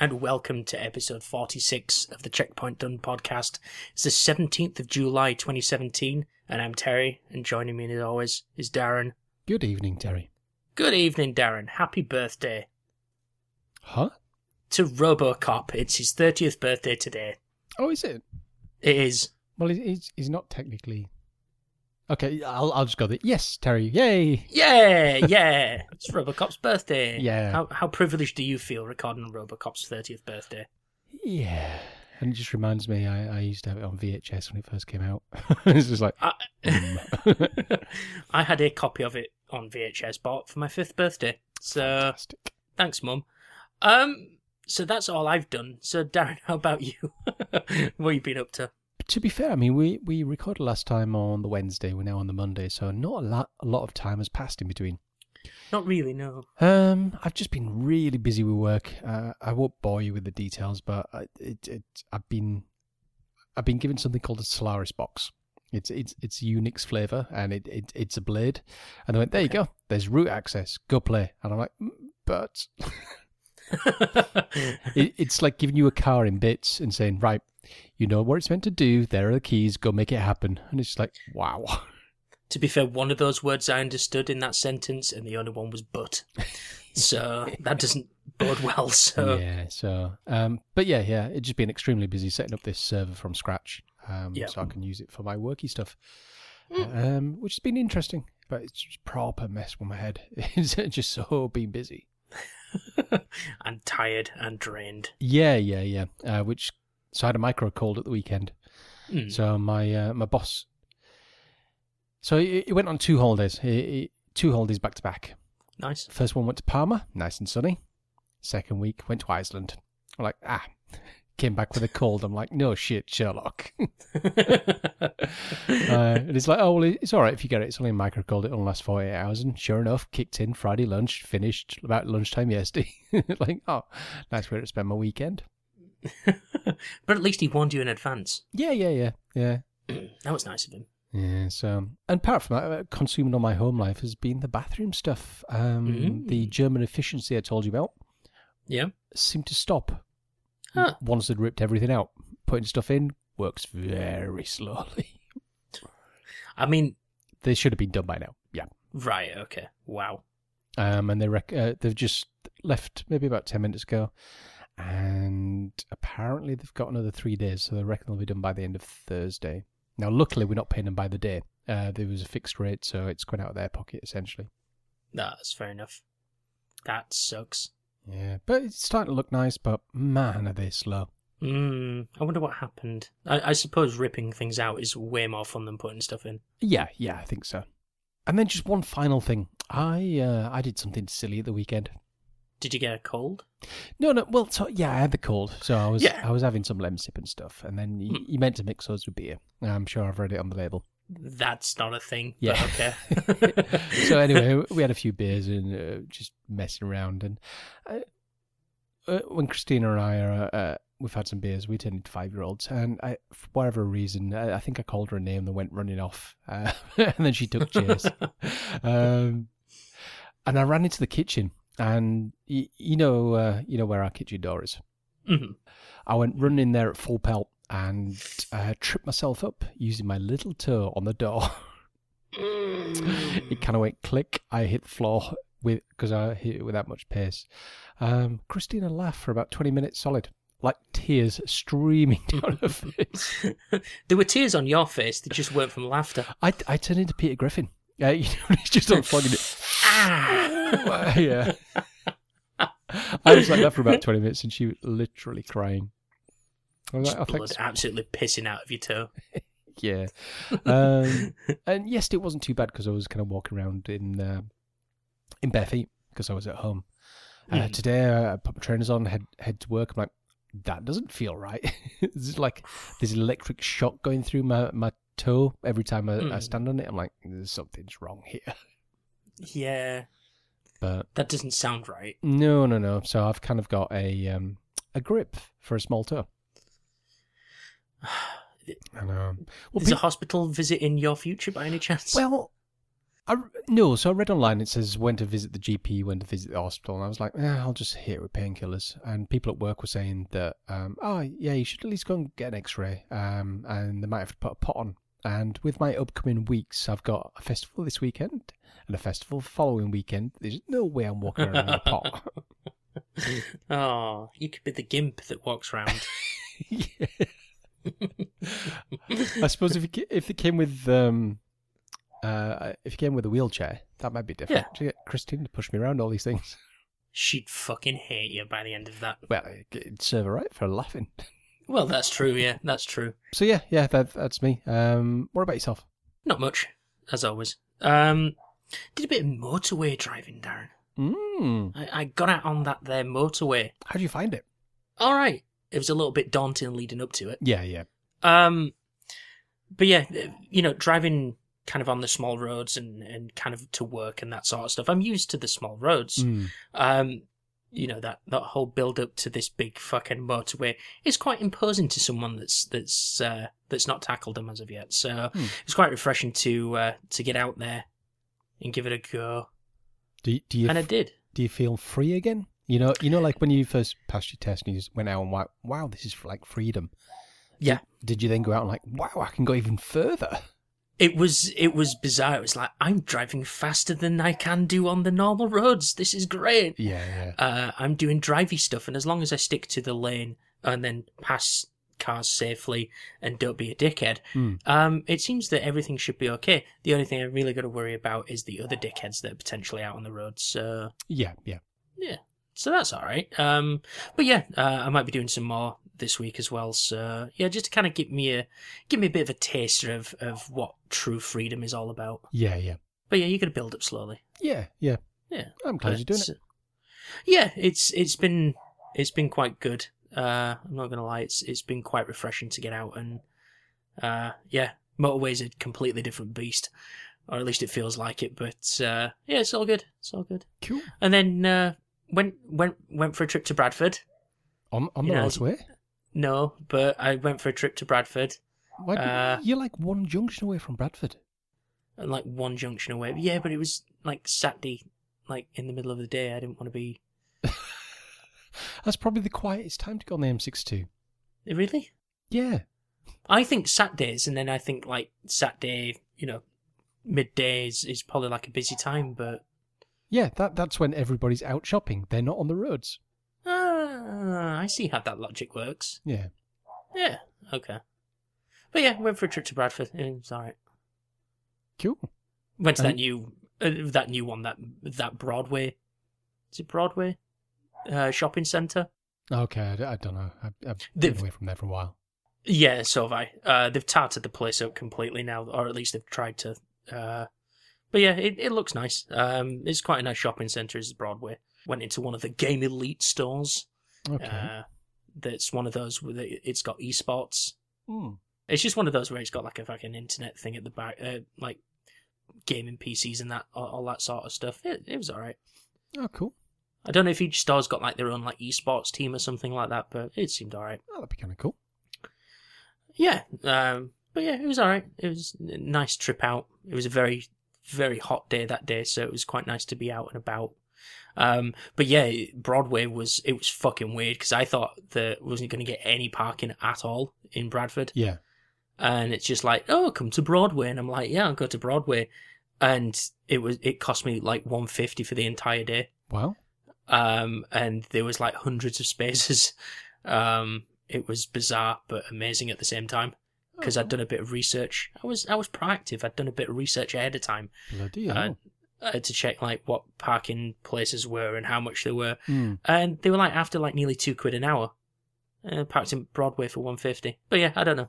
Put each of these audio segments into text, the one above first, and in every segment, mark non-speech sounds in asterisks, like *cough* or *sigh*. and welcome to episode 46 of the Checkpoint Done podcast. It's the 17th of July 2017, and I'm Terry, and joining me as always is Darren. Good evening, Terry. Good evening, Darren. Happy birthday Huh? to Robocop. It's his 30th birthday today. Oh, is it? It is. Well, he- he's he's not technically. Okay, I'll I'll just go there. Yes, Terry. Yay! Yeah, yeah. It's Robocop's birthday. Yeah. How, how privileged do you feel recording on Robocop's 30th birthday? Yeah. And it just reminds me, I, I used to have it on VHS when it first came out. *laughs* it's just like, I- *laughs* mm. I had a copy of it on VHS bought for my fifth birthday. So fantastic. thanks, Mum. Um, so that's all I've done. So Darren, *laughs* how about you? what you been up to? But to be fair, I mean, we we recorded last time on the Wednesday. We're now on the Monday, so not a lot a lot of time has passed in between. Not really, no. Um, I've just been really busy with work. Uh, I won't bore you with the details, but I, it, it, I've been I've been given something called a Solaris box. It's it's it's Unix flavor, and it, it it's a blade. And they went, there you go. There's root access. Go play. And I'm like, "Mm, but it, it's like giving you a car in bits and saying, right, you know what it's meant to do. There are the keys. Go make it happen. And it's just like, wow. *laughs* to be fair, one of those words I understood in that sentence, and the only one was *laughs* "but." so that doesn't bode well. So yeah, so um, but yeah, yeah, it's just been extremely busy setting up this server from scratch, um, Yeah. Mm. so I can use it for my worky stuff, um, which has been interesting. But it's just proper mess with my head. *laughs* It's just so been busy. I'm tired and drained. Yeah, yeah, yeah. Uh, which so I had a micro cold at the weekend. Mm. So my uh, my boss. So it, it went on two holidays. It, it, two holidays back to back. *laughs* Nice. First one went to Parma, nice and sunny. Second week went to Iceland. I'm like, ah, came back with a cold. I'm like, no shit, Sherlock. uh, and it's like, oh, well, it's all right if you get it. It's only a micro cold. It'll last 48 hours. And sure enough, kicked in Friday lunch, finished about lunchtime yesterday. *laughs* like, oh, nice way to spend my weekend. but at least he warned you in advance. *clears throat* Yeah, yeah, yeah, yeah. That was nice of him. Yeah, so and apart from that, uh, consuming all my home life has been the bathroom stuff. Um, Mm. The German efficiency I told you about. Yeah. seemed to stop Huh. once they'd ripped everything out. Putting stuff in works very slowly. *laughs* I mean, They should have been done by now. Yeah. right. Okay. Wow. Um, and they rec- uh, they've just left maybe about 10 minutes ago. And apparently they've got another three days, so they reckon they'll be done by the end of Thursday. Now, luckily, we're not paying them by the day. Uh, there was a fixed rate, so it's going out of their pocket essentially. No, That's fair enough. That sucks. Yeah, but it's starting to look nice. But man, are they slow? Mm, I wonder what happened. I, I suppose ripping things out is way more fun than putting stuff in. Yeah, yeah, I think so. And then just one final thing. I uh, I did something silly at the weekend. Did you get a cold? No, no. Well, so, yeah, I had the cold, so I was Yeah. I was having some lemon sip and stuff, and then you, you meant to mix those with beer. I'm sure I've read it on the label. That's not a thing. Yeah. But okay. *laughs* *laughs* So anyway, we had a few beers and uh, just messing around, and uh, uh, when Christina and I are. Uh, uh, We've had some beers. We turned into five-year-olds, and I, for whatever reason, I, I think I called her a name that went running off, uh, *laughs* and then she took chase. um, and I ran into the kitchen, and y- you know, uh, you know where our kitchen door is. Mhm. I went running in there at full pelt and uh, tripped myself up using my little toe on the door. it kind of went click. I hit the floor with because I hit it with that much pace. Um, Christina laughed for about twenty minutes solid, like tears streaming *laughs* down her face. *laughs* there were tears on your face that just weren't from *laughs* laughter. I, I turned into Peter Griffin. *laughs* Yeah, you know, he's just unplugging it. *laughs* *laughs* Ah! yeah. I was like that for about twenty minutes, and she was literally crying. I was like, oh, Blood thanks. absolutely pissing out of your toe. yeah. Um, and yes, it wasn't too bad because I was kind of walking around in uh, in bare feet because I was at home. Uh, Mhm. Today, I put my trainers on, head head to work. I'm like, that doesn't feel right. *laughs* this is like this electric shock going through my my toe every time I, I Mm. stand on it. I'm like, there's something's wrong here. Yeah, But that doesn't sound right. no, no, no. So I've kind of got a um, a grip for a small toe. I know. Well, um, Is a hospital visit in your future by any chance? Well, I, no, so I read online it says when to visit the GP, when to visit the hospital, and I was like, eh, I'll just hit it with painkillers. And people at work were saying that, um, oh yeah, you should at least go and get an X-ray, um, and they might have to put a pot on. And with my upcoming weeks, I've got a festival this weekend and a festival the following weekend. There's no way I'm walking around in a pot. *laughs* oh, you could be the gimp that walks round. *laughs* Yeah. I suppose if it, ca- if it came with um, uh, if it came with a wheelchair, that might be different. To get Christine to push me around all these things. She'd fucking hate you by the end of that. Well, it'd serve her right for laughing. *laughs* Well, that's true, yeah, that's true. So yeah, yeah, that, that's me. Um, what about yourself? Not much, as always. Um, did a bit of motorway driving, Darren. Mm, I, I got out on that there motorway. how do you find it? All right, it was a little bit daunting leading up to it. Yeah, yeah. Um, but yeah, uh, you know, driving kind of on the small roads and, and kind of to work and that sort of stuff. I'm used to the small roads. Mm. Um, you know that that whole build up to this big fucking motorway is quite imposing to someone that's that's uh, that's not tackled them as of yet. So Hmm. it's quite refreshing to uh, to get out there and give it a go. Do you- do you And I did. do you feel free again? You know, you know, like when you first passed your test and you just went out and wow, wow, this is like freedom. Yeah. Did you then go out and like, wow, I can go even further? It was it was bizarre. It was like I'm driving faster than I can do on the normal roads. This is great. Yeah, yeah. uh, I'm doing drivey stuff, and as long as I stick to the lane and then pass cars safely and don't be a dickhead, Mm. um, it seems that everything should be okay. The only thing I really got to worry about is the other dickheads that are potentially out on the road. So, Yeah, yeah. so that's all right. Um, but yeah, uh, I might be doing some more this week as well. So yeah, just to kind of give me a give me a bit of a taster of of what true freedom is all about. Yeah, yeah. But yeah, you got to build up slowly. Yeah, yeah. Yeah. I'm glad you're doing it. But, Yeah, it's it's been it's been quite good. Uh, I'm not gonna lie, it's it's been quite refreshing to get out and uh, yeah, motorways a completely different beast, or at least it feels like it. But uh, yeah, it's all good. It's all good. Cool. And then uh, went went went for a trip to Bradford. On, on You the know, motorway? No, but I went for a trip to Bradford Why didn't- uh, you're like one junction away from Bradford. and like one junction away. But yeah, but it was like Saturday, like in the middle of the day. I didn't want to be. That's probably the quietest time to go on the M62. Really? Yeah. I think Saturdays, and then I think like Saturday, you know, midday is, is probably like a busy time, but Yeah, that, that's when everybody's out shopping. They're not on the roads. ah, I see how that logic works. Yeah. Yeah, okay. But yeah, went for a trip to Bradford. It was alright. Cool. Went to that And- new uh, that new one that that Broadway. Is it Broadway? Uh, shopping centre. Okay, I, don't know. I, I've They've- been away from there for a while. Yeah, so have I. Uh, they've tarted the place up completely now, or at least they've tried to. Uh, but yeah, it, it looks nice. Um, it's quite a nice shopping centre, is Broadway. Went into one of the Game Elite stores. Okay. Uh, that's one of those where they- it's got esports. Mm. It's just one of those where it's got like a fucking internet thing at the back, uh, like gaming PCs and that, all, all that sort of stuff. It, it was alright. Oh, cool. I don't know if each store's got like their own like esports team or something like that, but it seemed alright. Oh, that'd be kind of cool. Yeah, um, but yeah, it was all right. It was a nice trip out. It was a very, very hot day that day, so it was quite nice to be out and about. Um, but yeah, Broadway was it was fucking weird because I thought that I wasn't going to get any parking at all in Bradford, Yeah. and it's just like, oh, come to Broadway, and I'm like, yeah, I'll go to Broadway, and it was it cost me like one fifty for the entire day Wow. um, and there was like hundreds of spaces. Um, it was bizarre but amazing at the same time because I'd done a bit of research. I was I was proactive. I'd done a bit of research ahead of time Bloody uh, hell. uh, to check like what parking places were and how much they were, Mm. and they were like after like nearly two quid an hour. Uh, parked in Broadway for one fifty. But yeah, I don't know.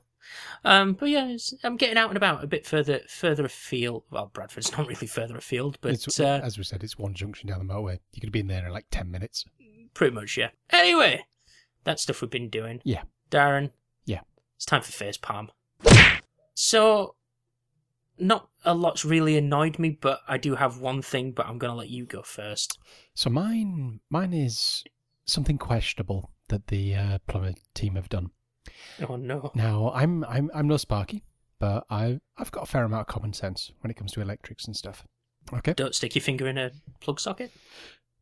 Um, but yeah, it's, I'm getting out and about a bit further further afield. Well, Bradford's *laughs* not really further afield, but It's- uh, as we said, it's one junction down the motorway. You could have been there in like 10 minutes. Pretty much, yeah. Anyway, that stuff we've been doing. Yeah. Darren. Yeah. It's time for face palm. So, not a lot's really annoyed me, but I do have one thing. But I'm gonna let you go first. So mine, mine is something questionable that the uh, plumber team have done. Oh no. Now, I'm I'm I'm no Sparky, but I I've got a fair amount of common sense when it comes to electrics and stuff. Okay. Don't stick your finger in a plug socket.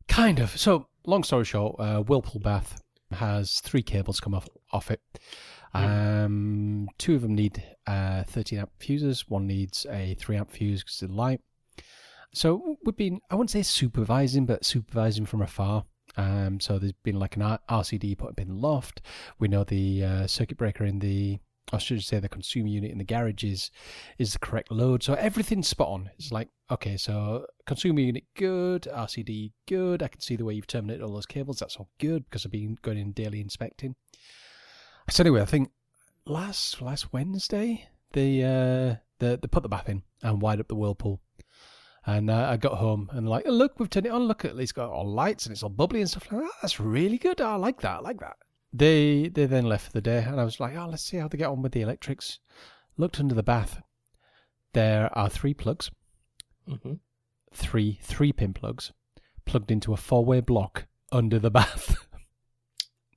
Kind of. So, long story short, uh, Whirlpool Bath has three cables come off off it. Um, Two of them need uh, 13 amp fuses. One needs a 3 amp fuse because of the light. So we've been, I wouldn't say supervising, but supervising from afar. Um, so there's been like an R- RCD put up in the loft. We know the uh, circuit breaker in the, I should say the consumer unit in the garage is, is the correct load. So everything's spot on. It's like, okay, so consumer unit good, RCD good. I can see the way you've terminated all those cables. That's all good because I've been going in daily inspecting. So anyway, I think last last Wednesday they uh, they they put the bath in and wired up the whirlpool. And uh, I got home and like, oh, look, we've turned it on. Look, at it's got all lights and it's all bubbly and stuff like that. That's really good. Oh, I like that. I like that. They they then left for the day, and I was like, oh, let's see how they get on with the electrics. Looked under the bath. There are three plugs, Mm-hmm. three three pin plugs, plugged into a four way block under the bath. *laughs*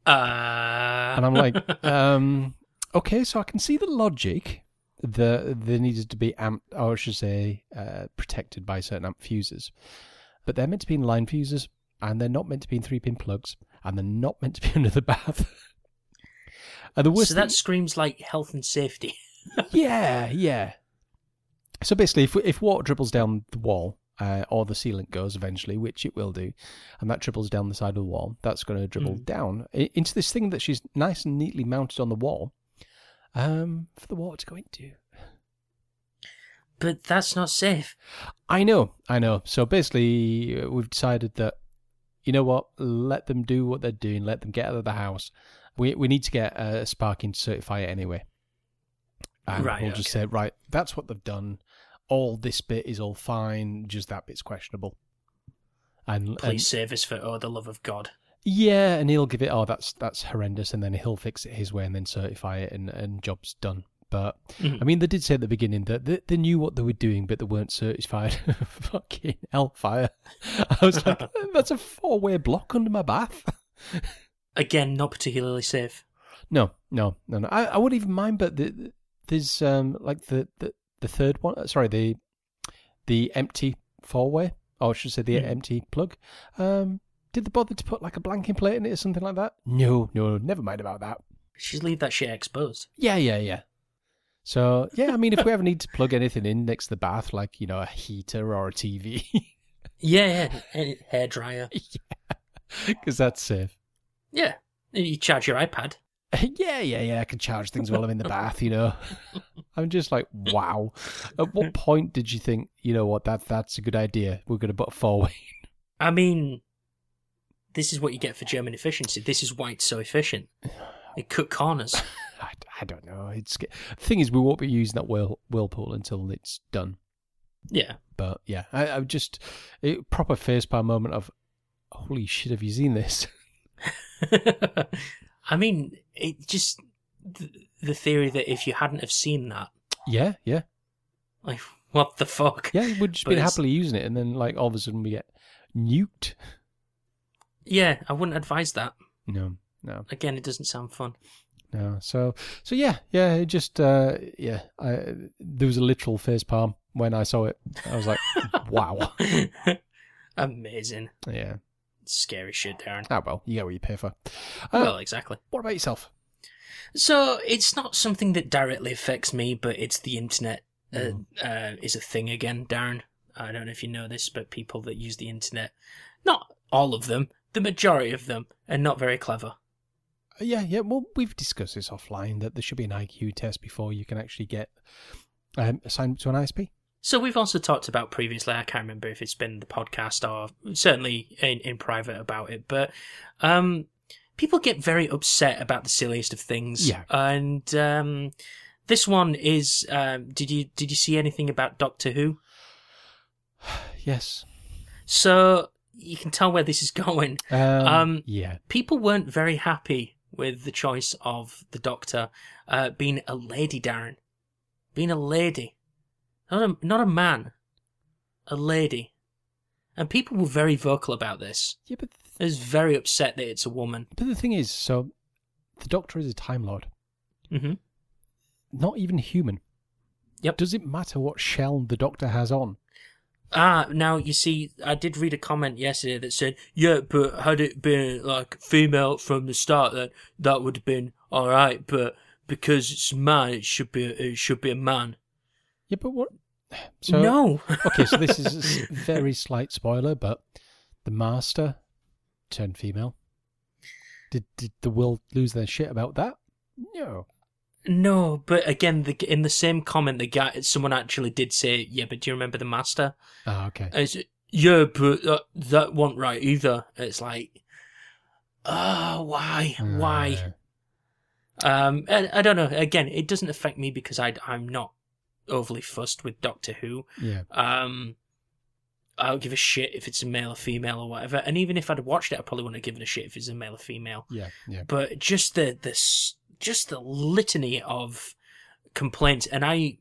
Uh, and I'm like, um, okay, so I can see the logic that they needed to be amp, or I should say, uh, protected by certain amp fuses, but they're meant to be in line fuses, and they're not meant to be in three pin plugs, and they're not meant to be *laughs* under the bath. and the worst so thing- that screams like health and safety. *laughs* yeah, yeah. So basically, if if water dribbles down the wall uh, or the sealant goes eventually, which it will do, and that dribbles down the side of the wall, that's going to dribble down i- into this thing that she's nice and neatly mounted on the wall um, for the water to go into. But that's not safe. I know, I know. So basically, uh, we've decided that you know what, let them do what they're doing, let them get out of the house. We we need to get a sparking certifier anyway. And Right, we'll just say, right, that's what they've done. All this bit is all fine, just that bit's questionable. And, and- Please save us for oh the love of God. yeah, and he'll give it. Oh, that's that's horrendous, and then he'll fix it his way, and then certify it, and and job's done. But Mhm. I mean, they did say at the beginning that they, they knew what they were doing, but they weren't certified. *laughs* Fucking hellfire! *laughs* I was like, that's a four-way block under my bath. Again, not particularly safe. No, no, no, no. I, I wouldn't even mind, but the, the- there's um like the, the the third one. uh, Sorry, the the empty four-way, or I should say the Hmm. empty plug. Um, did they bother to put like a blanking plate in it or something like that? No, no, never mind about that. Just leave that shit exposed. Yeah, yeah, yeah. So yeah, I mean, if we ever need to plug anything in next to the bath, like you know, a heater or a TV, *laughs* Yeah, *laughs* yeah. hair dryer. because that's safe. Yeah, you charge your iPad. *laughs* yeah, yeah, yeah. I can charge things while *laughs* I'm in the bath. You know, *laughs* I'm just like, wow. *laughs* At what point did you think, you know what, that that's a good idea? We're going to put a four-way. I mean, this is what you get for German efficiency. This is why it's so efficient. It cut corners. *laughs* I, I don't know. It's the thing is, we won't be using that whirl, whirlpool until it's done. Yeah. *laughs* But yeah, I, I just it, proper facepalm moment of, holy shit, have you seen this? *laughs* I mean, it just the, the theory that if you hadn't have seen that, yeah, yeah. like, *laughs* what the fuck? Yeah, we'd just But been it's- happily using it, and then like all of a sudden we get nuked. Yeah, I wouldn't advise that. No, no, Again, it doesn't sound fun. *laughs* no. So, so yeah, yeah. It just, uh, yeah. I, there was a literal face palm when I saw it. I was like, *laughs* wow. Amazing. Yeah. Scary shit, Darren. Ah well, you get what you pay for. Uh, Well, exactly. what about yourself? So it's not something that directly affects me, but it's the internet uh, Mm. uh, is a thing again, Darren. I don't know if you know this, but people that use the internet, not all of them, the majority of them, are not very clever. Uh, Yeah, yeah. Well, we've discussed this offline that there should be an IQ test before you can actually get um, assigned to an ISP. So we've also talked about previously. I can't remember if it's been the podcast or certainly in, in private about it, but um, people get very upset about the silliest of things. Yeah. And um, this one is. Um, did you did you see anything about Doctor Who? Yes. So you can tell where this is *laughs* going. Um, Um, yeah. People weren't very happy with the choice of the Doctor uh, being a lady, Darren. Being a lady, not a not a man, a lady, and people were very vocal about this. Yeah, but It was very upset that it's a woman. but the thing is, so the Doctor is a Time Lord. hmm not even human. Yep. Does it matter what shell the doctor has on? Ah, now you see, I did read a comment yesterday that said, "Yeah, but had it been like female from the start, then that would have been all right. But because it's man, it should be it should be a man." Yeah, but what? *sighs* So no, okay, so this is a s- very slight spoiler, but the master turned female. Did did the world lose their shit about that? No. no. But again, the, in the same comment, the guy, someone actually did say, "Yeah, but do you remember the master?" Ah, okay. And it's yeah, but that that wasn't right either. It's like, ah, why, why? Uh, Um, I, I don't know. Again, it doesn't affect me because I, I'm not overly fussed with Doctor Who. yeah. Um, I don't give a shit if it's a male or female or whatever. And even if I'd watched it, I probably wouldn't have given a shit if it's a male or female. Yeah. Yeah. But just the the s- just the litany of complaints, and I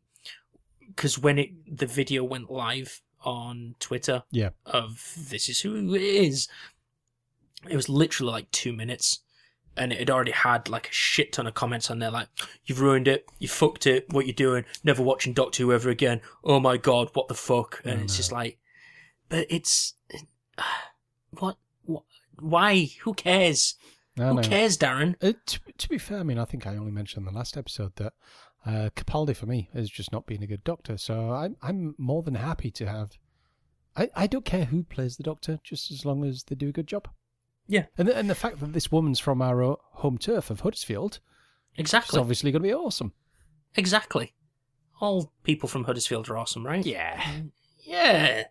because when it the video went live on Twitter, Yeah. of this is who it is, it was literally like two minutes. And it had already had like a shit ton of comments on there, like "You've ruined it, you fucked it, what you doing? Never watching Doctor Who ever again. Oh my god, what the fuck?" And Oh, it's no. just like, but it's *sighs* what, what, why? Who cares? No, Who no. cares, Darren? Uh, to, to be fair, I mean, I think I only mentioned in the last episode that uh, Capaldi for me has just not been a good doctor. So I'm I'm more than happy to have. I, I don't care who plays the doctor, just as long as they do a good job. Yeah. And the, and the fact that this woman's from our o- home turf of Huddersfield, she's Exactly. obviously going to be awesome. Exactly. All people from Huddersfield are awesome, right? Yeah. Yeah.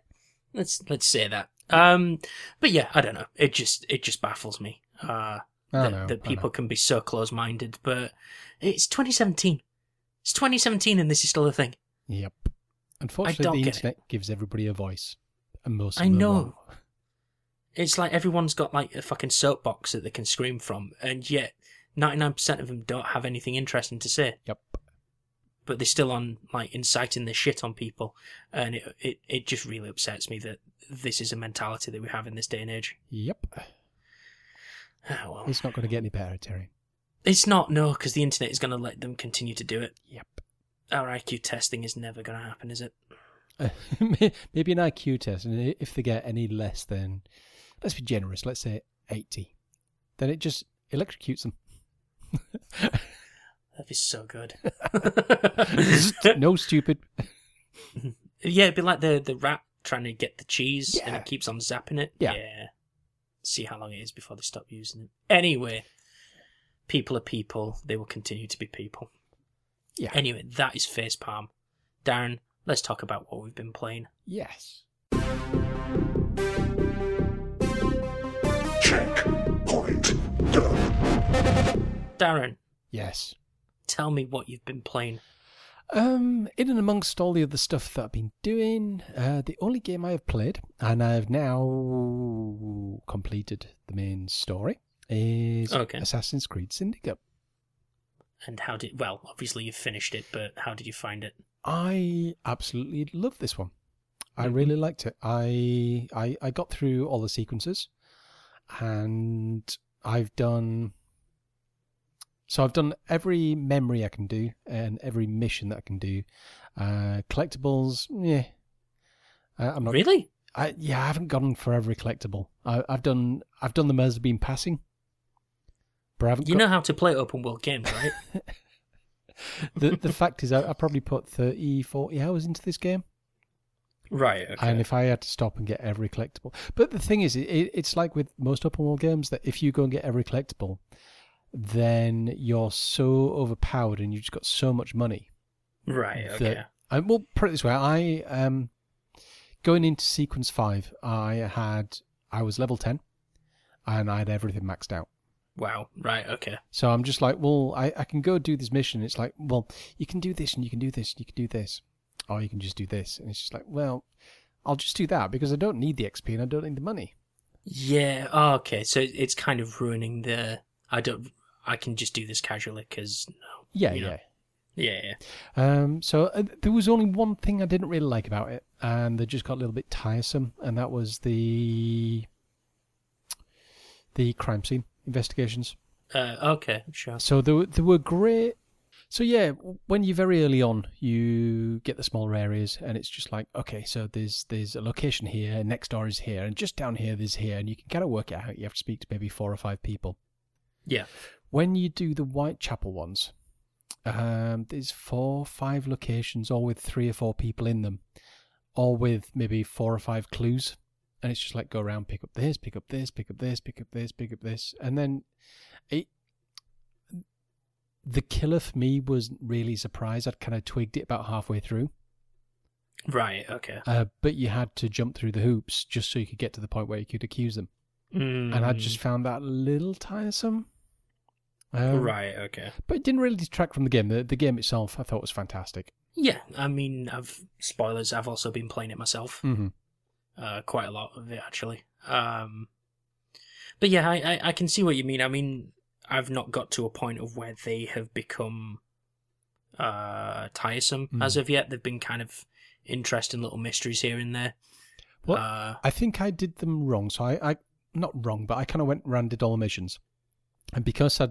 Let's let's say that. Um, but yeah, I don't know. It just it just baffles me uh, I that, know. that I people know. can be so close-minded. But it's 2017. It's 2017, and this is still a thing. Yep. Unfortunately, don't the get it. internet gives everybody a voice, and most. I Of them are know. wrong. It's like everyone's got like a fucking soapbox that they can scream from, and yet 99% of them don't have anything interesting to say. Yep. but they're still on like inciting the shit on people, and it, it it just really upsets me that this is a mentality that we have in this day and age. *sighs* Yep. Oh, well, It's not going to get any better, Terry. it's not no, because the internet is going to let them continue to do it. Yep. *laughs* Our IQ testing is never going to happen, is it? Uh, maybe an IQ test, and i- if they get any less than, let's be generous, let's say eighty, then it just *laughs* electrocutes them. That'd be so good. *laughs* no stupid. yeah, it'd be like the the rat trying to get the cheese, and Yeah. it keeps on zapping it. Yeah. See how long it is before they stop using it. Anyway, people are people. They will continue to be people. Yeah. Anyway, that is facepalm. Darren, let's talk about what we've been playing. Yes. Checkpoint done. Darren, Yes. tell me what you've been playing. Um, in and amongst all the other stuff that I've been doing, uh, the only game I have played, and I have now completed the main story, is Okay. Assassin's Creed Syndicate. And how did well, obviously you've finished it, but how did you find it? I absolutely love this one. I Mm-hmm. really liked it. I, I I got through all the sequences, and I've done. So I've done every memory I can do and every mission that I can do. Uh, collectibles, yeah. Uh, I'm not. Really? I, yeah, I haven't gone for every collectible. I, I've done. I've done them as I've been passing. But I haven't You got- know how to play open world games, right? *laughs* the the fact is, I, I probably put 30, 40 hours into this game. *laughs* right, And if I had to stop and get every collectible, but the thing is, it, it's like with most open world games that if you go and get every collectible, then you're so overpowered and you've just got so much money. Right, that- okay. I, well, put it this way: I um, going into sequence five, I had I was level ten, and I had everything maxed out. Wow. Right, okay. So I'm just like, well, I, I can go do this mission. It's like, well, you can do this and you can do this and you can do this. Or you can just do this. And it's just like, well, I'll just do that because I don't need the XP and I don't need the money. Yeah, oh, okay. So it's kind of ruining the I don't I can just do this casually cuz no. Yeah, you know. yeah. Yeah, yeah. Um, so uh, there was only one thing I didn't really like about it, and they just got a little bit tiresome, and that was the the crime scene investigations. Uh, okay, sure. So there were, there were great So yeah, when you're very early on, you get the smaller areas, and it's just like, okay, so there's there's a location here, next door is here, and just down here there's here, and you can kind of work it out. You have to speak to maybe four or five people. Yeah. When you do the Whitechapel ones, um, there's four, five locations, all with three or four people in them, all with maybe four or five clues, and it's just like go around, pick up this, pick up this, pick up this, pick up this, pick up this, and then it the killer for me was really surprised. I'd kind of twigged it about halfway through, Right. Okay. uh, but you had to jump through the hoops just so you could get to the point where you could accuse them. And I just found that a little tiresome. Um, Mm, Right. Okay. But it didn't really detract from the game. The, the game itself, I thought, was fantastic. Yeah. I mean, I've spoilers. I've also been playing it myself. Mm-hmm. uh, quite a lot of it actually. Um, but yeah, I, I, I can see what you mean. I mean, I've not got to a point of where they have become uh, tiresome Mm. as of yet. They've been kind of interesting little mysteries here and there. Well, Uh, I think I did them wrong. So I, I not wrong, but I kind of went round did all the missions, and because I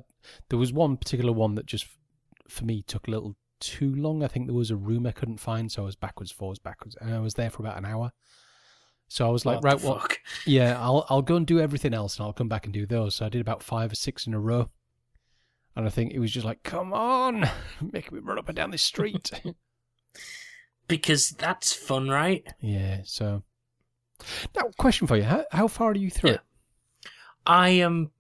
there was one particular one that just for me took a little too long. I think there was a room I couldn't find, so I was backwards, forwards, backwards, and I was there for about an hour. So I was like, what right, the well, fuck? yeah, I'll I'll go and do everything else, and I'll come back and do those. So I did about five or six in a row, and I think it was just like, come on, *laughs* make me run up and down *laughs* this street. Because that's fun, right? yeah, so. Now, question for you: How, how far are you through Yeah. it? I am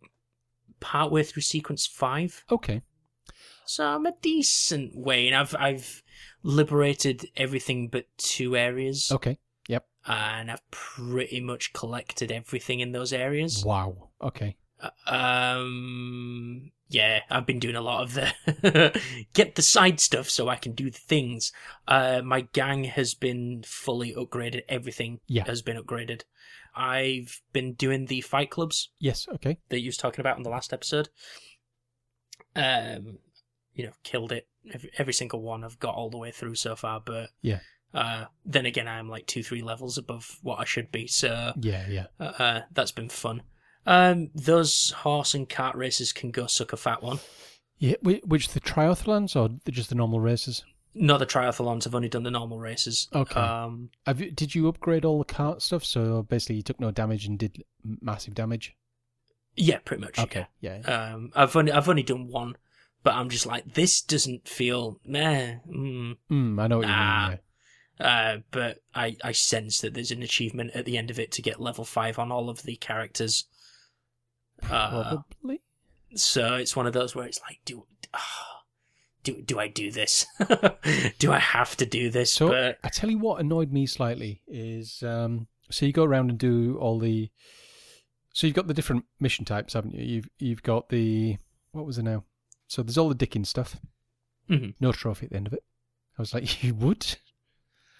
partway through sequence five. Okay. So I'm a decent way, and I've I've liberated everything but two areas. Okay. Yep. and I've pretty much collected everything in those areas. Wow. Okay. Um, yeah, I've been doing a lot of the *laughs* get the side stuff so I can do the things. Uh, my gang has been fully upgraded. Everything Yeah. has been upgraded. I've been doing the fight clubs Yes. Okay. that you was talking about in the last episode. Um, you know, killed it. Every, every single one I've got all the way through so far, but Yeah. Uh, then again, I'm like two, three levels above what I should be, so Yeah. Yeah. uh, uh, that's been fun. Um, those horse and cart races can go suck a fat one. Yeah. whi- Which the triathlons or the- just the normal races? Not the triathlons. I've only done the normal races. Okay. Um, Have you, did you upgrade all the cart stuff? So basically, you took no damage and did m- massive damage. yeah, pretty much. yeah. Yeah. Um, I've only I've only done one, but I'm just like this doesn't feel meh. Mm. Mm, I know what Ah. you mean. Uh, but I, I sense that there's an achievement at the end of it to get level five on all of the characters. Yeah. Uh, Probably. so it's one of those where it's like, do ah, do do I do this? *laughs* do I have to do this? So but I tell you what annoyed me slightly is um, so you go around and do all the so you've got the different mission types, haven't you? You've you've got the what was it now? So there's all the Dickens stuff. Mhm. No trophy at the end of it. I was like, *laughs* you would?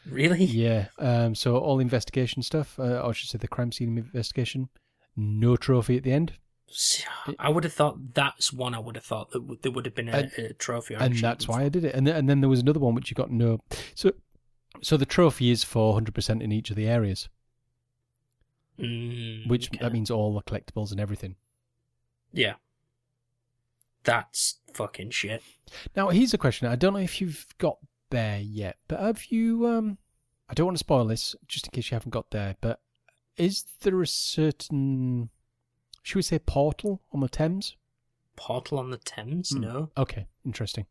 really, yeah. Um, so all investigation stuff, uh, or I should say the crime scene investigation. No trophy at the end, S- I would have thought that's one. I would have thought that would, there would have been a, a trophy, or an and that's achievement. why I did it. And th- and then there was another one which you got no. So so the trophy is for 100% in each of the areas, Mm, which uh, okay. that means all the collectibles and everything. yeah, that's fucking shit. Now, here's a question. I don't know if you've got there yet, but have you? Um, I don't want to spoil this, just in case you haven't got there. But is there a certain, should we say, portal on the Thames? Portal on the Thames? Hmm. No, Okay, interesting.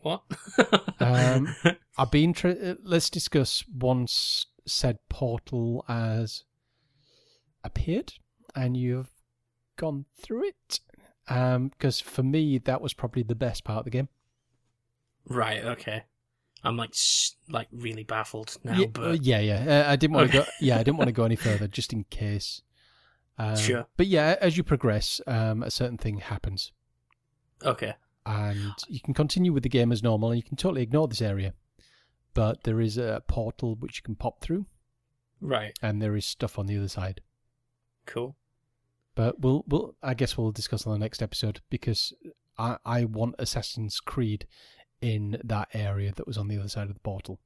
what? *laughs* Um, I'd be interested. Let's discuss once said portal has appeared and you've gone through it. Um, because for me, that was probably the best part of the game. *laughs* Right. Okay. I'm like s- like really baffled now, yeah, uh, but yeah, yeah. Uh, I didn't want to Okay. go. Yeah, I didn't want to *laughs* go any further, just in case. Um, Sure. But yeah, as you progress, um, a certain thing happens, okay. and you can continue with the game as normal, and you can totally ignore this area. But there is a portal which you can pop through, Right. and there is stuff on the other side. Cool. But we'll, we'll I guess we'll discuss on the next episode because I, I want Assassin's Creed in that area that was on the other side of the portal.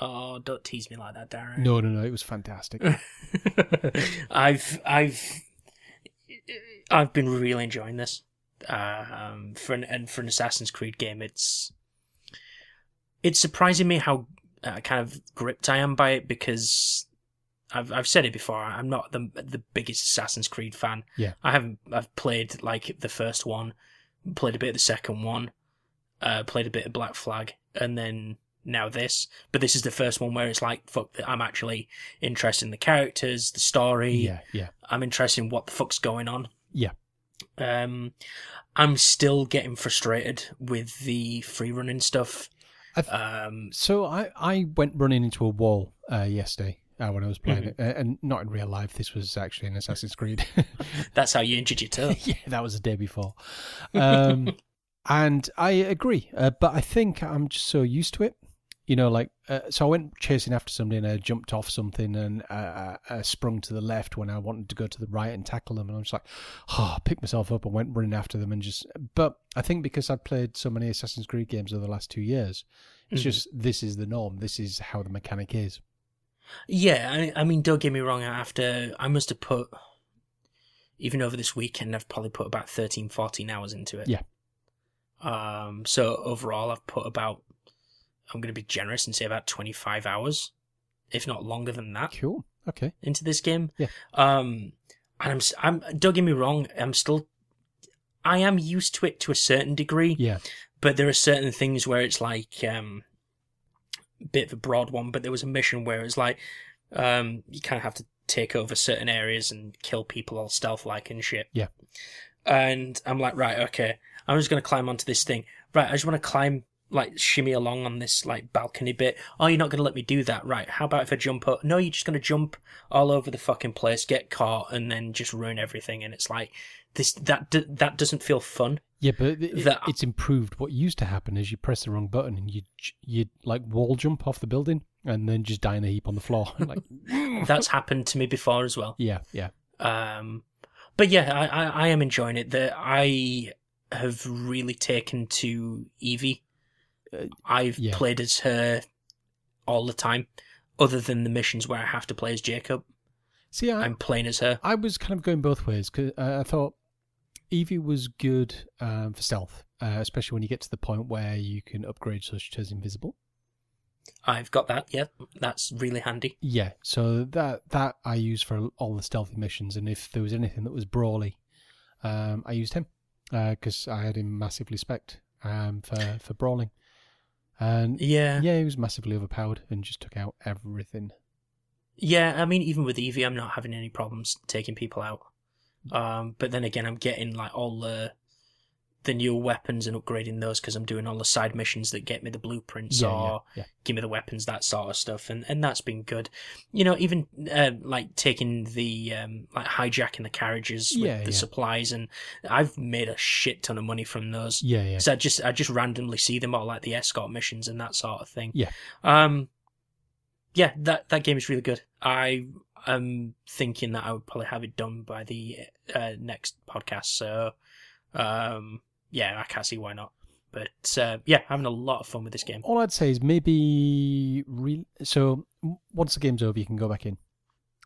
Oh, don't tease me like that, Darren. No, no, no, it *laughs* was fantastic. I've I've I've been really enjoying this. Um, for an and for an Assassin's Creed game, it's it's surprising me how uh, kind of gripped I am by it because I've I've said it before. I'm not the the biggest Assassin's Creed fan. Yeah. I haven't. I've played like the first one, played a bit of the second one, uh, played a bit of Black Flag, and then now this. But this is the first one where it's like, fuck, that I'm actually interested in the characters, the story. Yeah, yeah. I'm interested in what the fuck's going on. Yeah. Um, I'm still getting frustrated with the free running stuff. I th- Um, So I, I went running into a wall uh, yesterday uh, when I was playing it, uh, and not in real life. This was actually in Assassin's Creed. *laughs* that's how you injured your toe. yeah, that was the day before. Um, and I agree, uh, but I think I'm just so used to it. You know, like uh, so I went chasing after somebody and I jumped off something and uh, I, I sprung to the left when I wanted to go to the right and tackle them, and I'm just like, oh, I picked myself up and went running after them and just. But I think because I've played so many Assassin's Creed games over the last two years, it's Mhm. just this is the norm. This is how the mechanic is. Yeah, I, I mean, don't get me wrong. After I must have put, even over this weekend, I've probably put about 13, 14 hours into it. Yeah. Um. So overall, I've put about. I'm going to be generous and say about 25 hours, if not longer than that, Cool. Okay. into this game. Yeah. Um. And I'm. s- I'm. Don't get me wrong. I'm still. I am used to it to a certain degree Yeah. but there are certain things where it's like um bit of a broad one but there was a mission where it's like um you kind of have to take over certain areas and kill people all stealth like and shit Yeah. and i'm like right okay i'm just going to climb onto this thing right i just want to climb like shimmy along on this like balcony bit oh you're not going to let me do that right how about if i jump up no you're just going to jump all over the fucking place get caught and then just ruin everything and it's like this that d- that doesn't feel fun Yeah, but it, The- it's improved. What used to happen is you press the wrong button and you you like wall jump off the building and then just die in a heap on the floor. *laughs* like, that's happened to me before as well yeah, yeah, Um, but yeah, I, I, I am enjoying it. That I have really taken to Evie. Uh, I've yeah. played as her all the time, other than the missions where I have to play as Jacob. See, I, I'm playing as her. I was kind of going both ways because uh, I thought Evie was good um, for stealth, uh, especially when you get to the point where you can upgrade such as invisible. I've got that. Yeah, that's really handy. Yeah, so that that I use for all the stealthy missions, and if there was anything that was brawly, um, I used him because I had him massively spec'd um, for for brawling, and Yeah. yeah, yeah, he was massively overpowered and just took out everything. I mean, even with Evie, I'm not having any problems taking people out. Um, but then again, I'm getting like all the the new weapons and upgrading those because I'm doing all the side missions that get me the blueprints Yeah, or yeah, give me the weapons, that sort of stuff, and and that's been good. You know, even uh, like taking the um, like hijacking the carriages with Yeah, the yeah. supplies, and I've made a shit ton of money from those. yeah, yeah, yeah. So I just I just randomly see them all like the escort missions and that sort of thing. Yeah. Um. Yeah, that that game is really good. I am thinking that I would probably have it done by the uh, next podcast. So, um, yeah, I can't see why not. But uh, yeah, having a lot of fun with this game. All I'd say is maybe re- so w- once the game's over, you can go back in.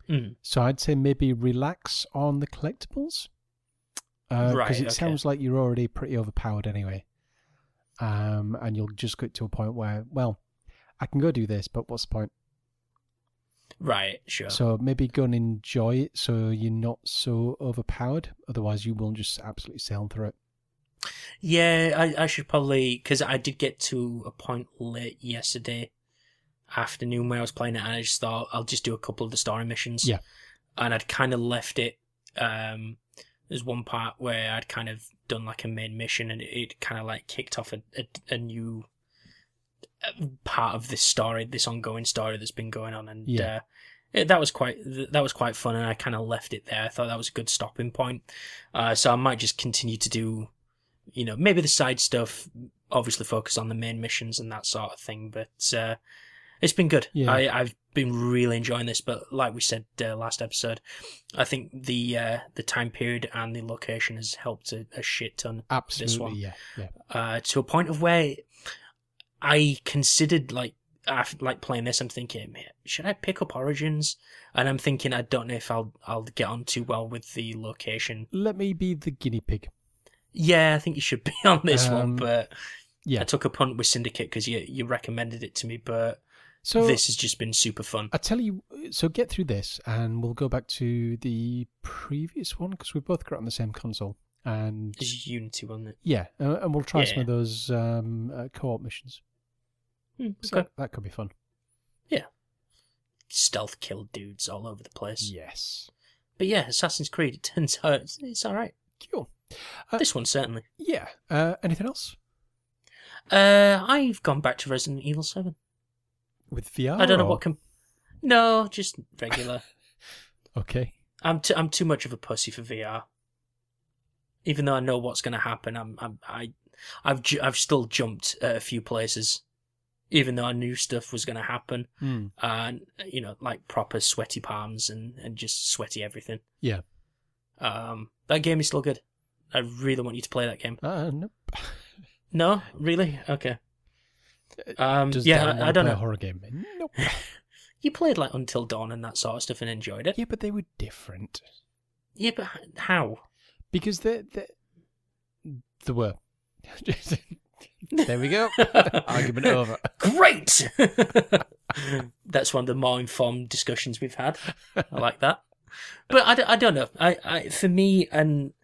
Mm. So I'd say maybe relax on the collectibles because Right, it okay. sounds like you're already pretty overpowered anyway, um, and you'll just get to a point where well. I can go do this, but what's the point? Right, sure. So maybe go and enjoy it, so you're not so overpowered. Otherwise, you will just absolutely sail through it. Yeah, I, I should probably because I did get to a point late yesterday afternoon where I was playing it, and I just thought I'll just do a couple of the story missions. Yeah. and I'd kind of left it. Um, there's one part where I'd kind of done like a main mission, and it, it kind of like kicked off a a, a new uh, part of this story, this ongoing story that's been going on, and Yeah. uh, it, that was quite th- that was quite fun, and I kind of left it there. I thought that was a good stopping point. Uh, so I might just continue to do you know, maybe the side stuff obviously focus on the main missions and that sort of thing, but uh, it's been good. Yeah. I, I've been really enjoying this, but like we said uh, last episode, I think the uh, the time period and the location has helped a, a shit ton one. Absolutely, yeah, yeah, uh, to a point of where I considered like af like playing this. I'm thinking, "Man, should I pick up Origins? And I'm thinking, I don't know if I'll I'll get on too well with the location. Let me be the guinea pig. yeah, I think you should be *laughs* on this one, Um, but yeah. I took a punt with Syndicate because you you recommended it to me, but So this has just been super fun. I tell you, so get through this, and we'll go back to the previous one because we've both got it on the same console, and It's Unity, wasn't it? yeah, uh, and we'll try some Yeah. of those um, uh, co-op missions. Hmm, So okay. that could be fun. Stealth kill dudes all over the place. Yes. But yeah, Assassin's Creed, *laughs* it turns out it's, it's all right. Cool. Uh, this one, certainly. Yeah. Uh, anything else Uh, I've gone back to Resident Evil 7. with VR? I don't know or- what can. No, just regular. Okay. I'm too, I'm too much of a pussy for VR. Even though I know what's going to happen, I'm, I'm I, I've ju- I've still jumped at a few places, even though I knew stuff was going to happen, Hmm. and you know, like proper sweaty palms and and just sweaty everything. Yeah. Um, that game is still good. I really want you to play that game. Uh, nope. No, really? Okay. Um, Does yeah, Dan I, I wanna don't play a know. horror game. *laughs* Nope. You played like Until Dawn and that sort of stuff and enjoyed it. yeah, but they were different Yeah, but h- how? because they they they were. *laughs* there *laughs* we go. Argument over. Great. *laughs* That's one of the more informed discussions we've had. I like that. But I, d- I don't know. I, I for me and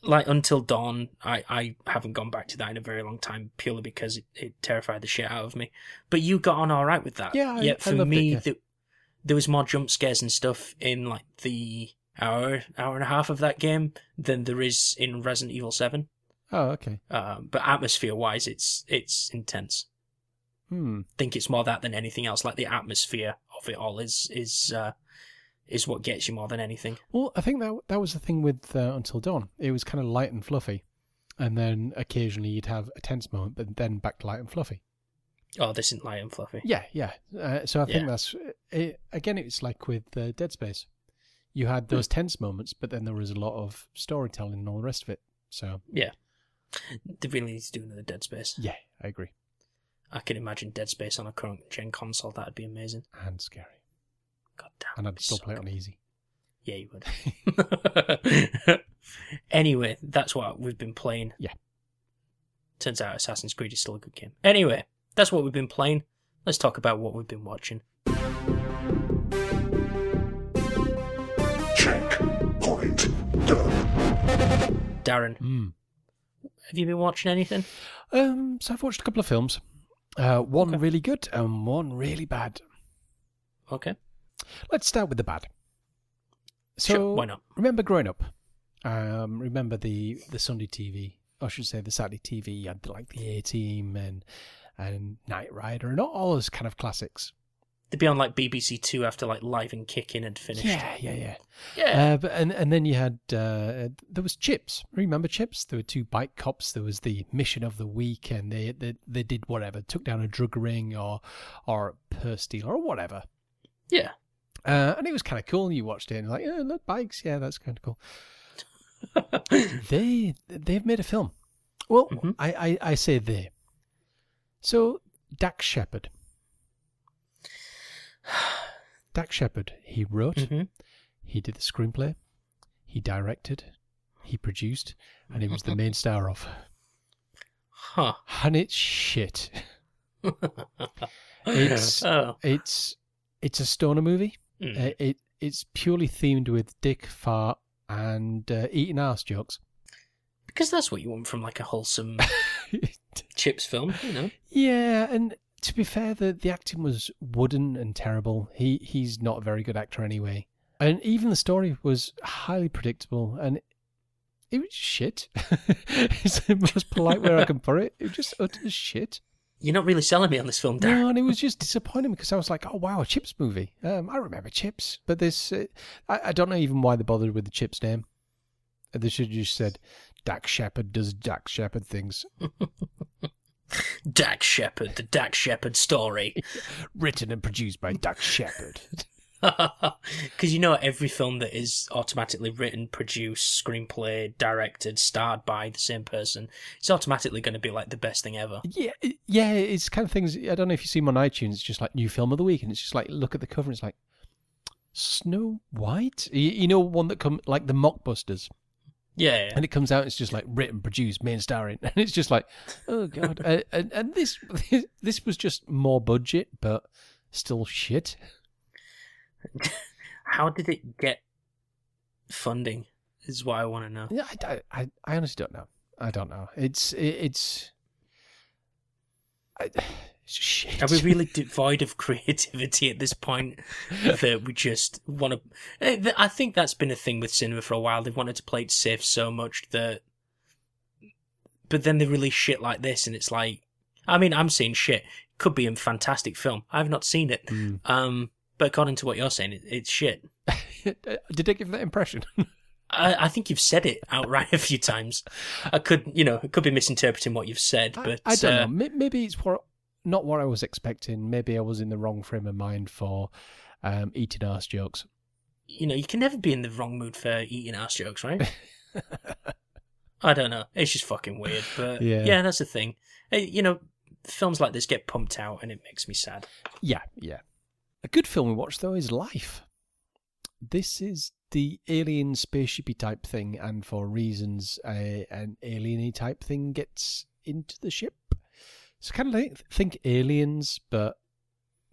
like until dawn, I, I haven't gone back to that in a very long time purely because it, it terrified the shit out of me. But you got on all right with that. Yeah, I- Yet I for loved it, me, yeah. the- there was more jump scares and stuff in like the hour hour and a half of that game than there is in Resident Evil Seven. Oh, okay. Um, but atmosphere wise, it's it's intense Hmm. think it's more that than anything else. Like the atmosphere of it all is is uh, is what gets you more than anything. Well, I think that that was the thing with uh, Until Dawn. It was kind of light and fluffy, and then occasionally you'd have a tense moment, but then back to light and fluffy. Oh, this isn't light and fluffy. Yeah, yeah. Uh, so I think Yeah. that's it, again. It's like with uh, Dead Space. You had Hmm. those tense moments, but then there was a lot of storytelling and all the rest of it. So They really need to do another Dead Space. yeah, I agree. I can imagine Dead Space on a current gen console. That'd be amazing. And scary, God damn. and it'd I'd be still so play it good. on easy. Yeah, you *laughs* would. *laughs* anyway, that's what we've been playing. Yeah. Turns out Assassin's Creed is still a good game. Anyway, that's what we've been playing. Let's talk about what we've been watching. Check point done. Darren, Mm. have you been watching anything? Um. So I've watched a couple of films. Uh, one really good and one really bad. Okay. Let's start with the bad. So sure, why not? remember growing up um remember the the sunday tv i should say the saturday tv had like the a team and and night rider and all, all those kind of classics They'd be on like BBC Two after like Live and Kicking had finished. yeah yeah yeah Yeah. uh, but, and and then you had uh, there was chips remember chips there were two bike cops there was the mission of the week and they they, they did whatever took down a drug ring or or a purse dealer or whatever Yeah. uh, and it was kind of cool you watched it and you're like yeah look bikes yeah that's kind *laughs* of cool they they've made a film. Well, Mhm. I, I I say they. So *sighs* Dax Shepard. Dax Shepard. He wrote. hmm He did the screenplay. He directed. He produced, and he was the main star of. *laughs* Huh. *laughs* And it's shit. It's- oh. It's it's a stoner movie. Mm. Uh, it it's purely themed with dick, fart, and uh, eating ass jokes. *laughs* because that's what you want from like a wholesome chips film, you know. Yeah, and to be fair, the, the acting was wooden and terrible. He he's not a very good actor anyway, and even the story was highly predictable and it was shit. *laughs* it's the most polite way I can put it. It was just utter shit. You're not really selling me on this film, Darren. No, and it was just disappointing because I was like, oh wow, a Chips movie. Um, I remember Chips, but this uh, I, I don't know even why they bothered with the Chips name. Uh, They should have just said Dax Shepard does Dax Shepard things. Dax Shepard, the Dax Shepard story. *laughs* Written and produced by Dax Shepard. Because you know every film that is automatically written, produced, screenplay, directed, starred by the same person, it's automatically going to be like the best thing ever. Yeah, it- yeah, it's kind of things. I don't know if you see them on iTunes. It's just like new film of the week, and it's just like look at the cover. And it's like Snow White. You, you know, one that come like the Mockbusters. Yeah. and it comes out. It's just like written, produced, main starring, *laughs* and it's just like, oh *laughs* god. uh, and and this this was just more budget, but still shit. How did it get funding? Is what I want to know. Yeah, I, I, I- I honestly don't know. I don't know. It's it, it's I, *sighs* it's just shit. Are *laughs* we really devoid of *laughs* creativity at this point that we just want to? I think that's been a thing with cinema for a while. They've wanted to play it safe so much that, but then they release shit like this, and it's like, I mean, I'm seeing shit. Could be a fantastic film. I've not seen it. Mm. Um, but according to what you're saying, it, it's shit. Did I give that impression? I, I think you've said it outright *laughs* a few times. I could, you know, I could be misinterpreting what you've said, *laughs* I- but I, don't uh, know. May- Maybe it's what not what I was expecting. Maybe I was in the wrong frame of mind for um, eating ass jokes. you know, you can never be in the wrong mood for eating ass jokes, *laughs* right? I don't know. It's just fucking weird, but Yeah. yeah, that's the thing. Eh, You know, films like this get pumped out, and it makes me sad. Yeah, yeah. A good film we watched though is Life. This is the alien spaceshipy type thing, and for reasons, uh, an alieny type thing gets into the ship. So kind of like, think aliens, but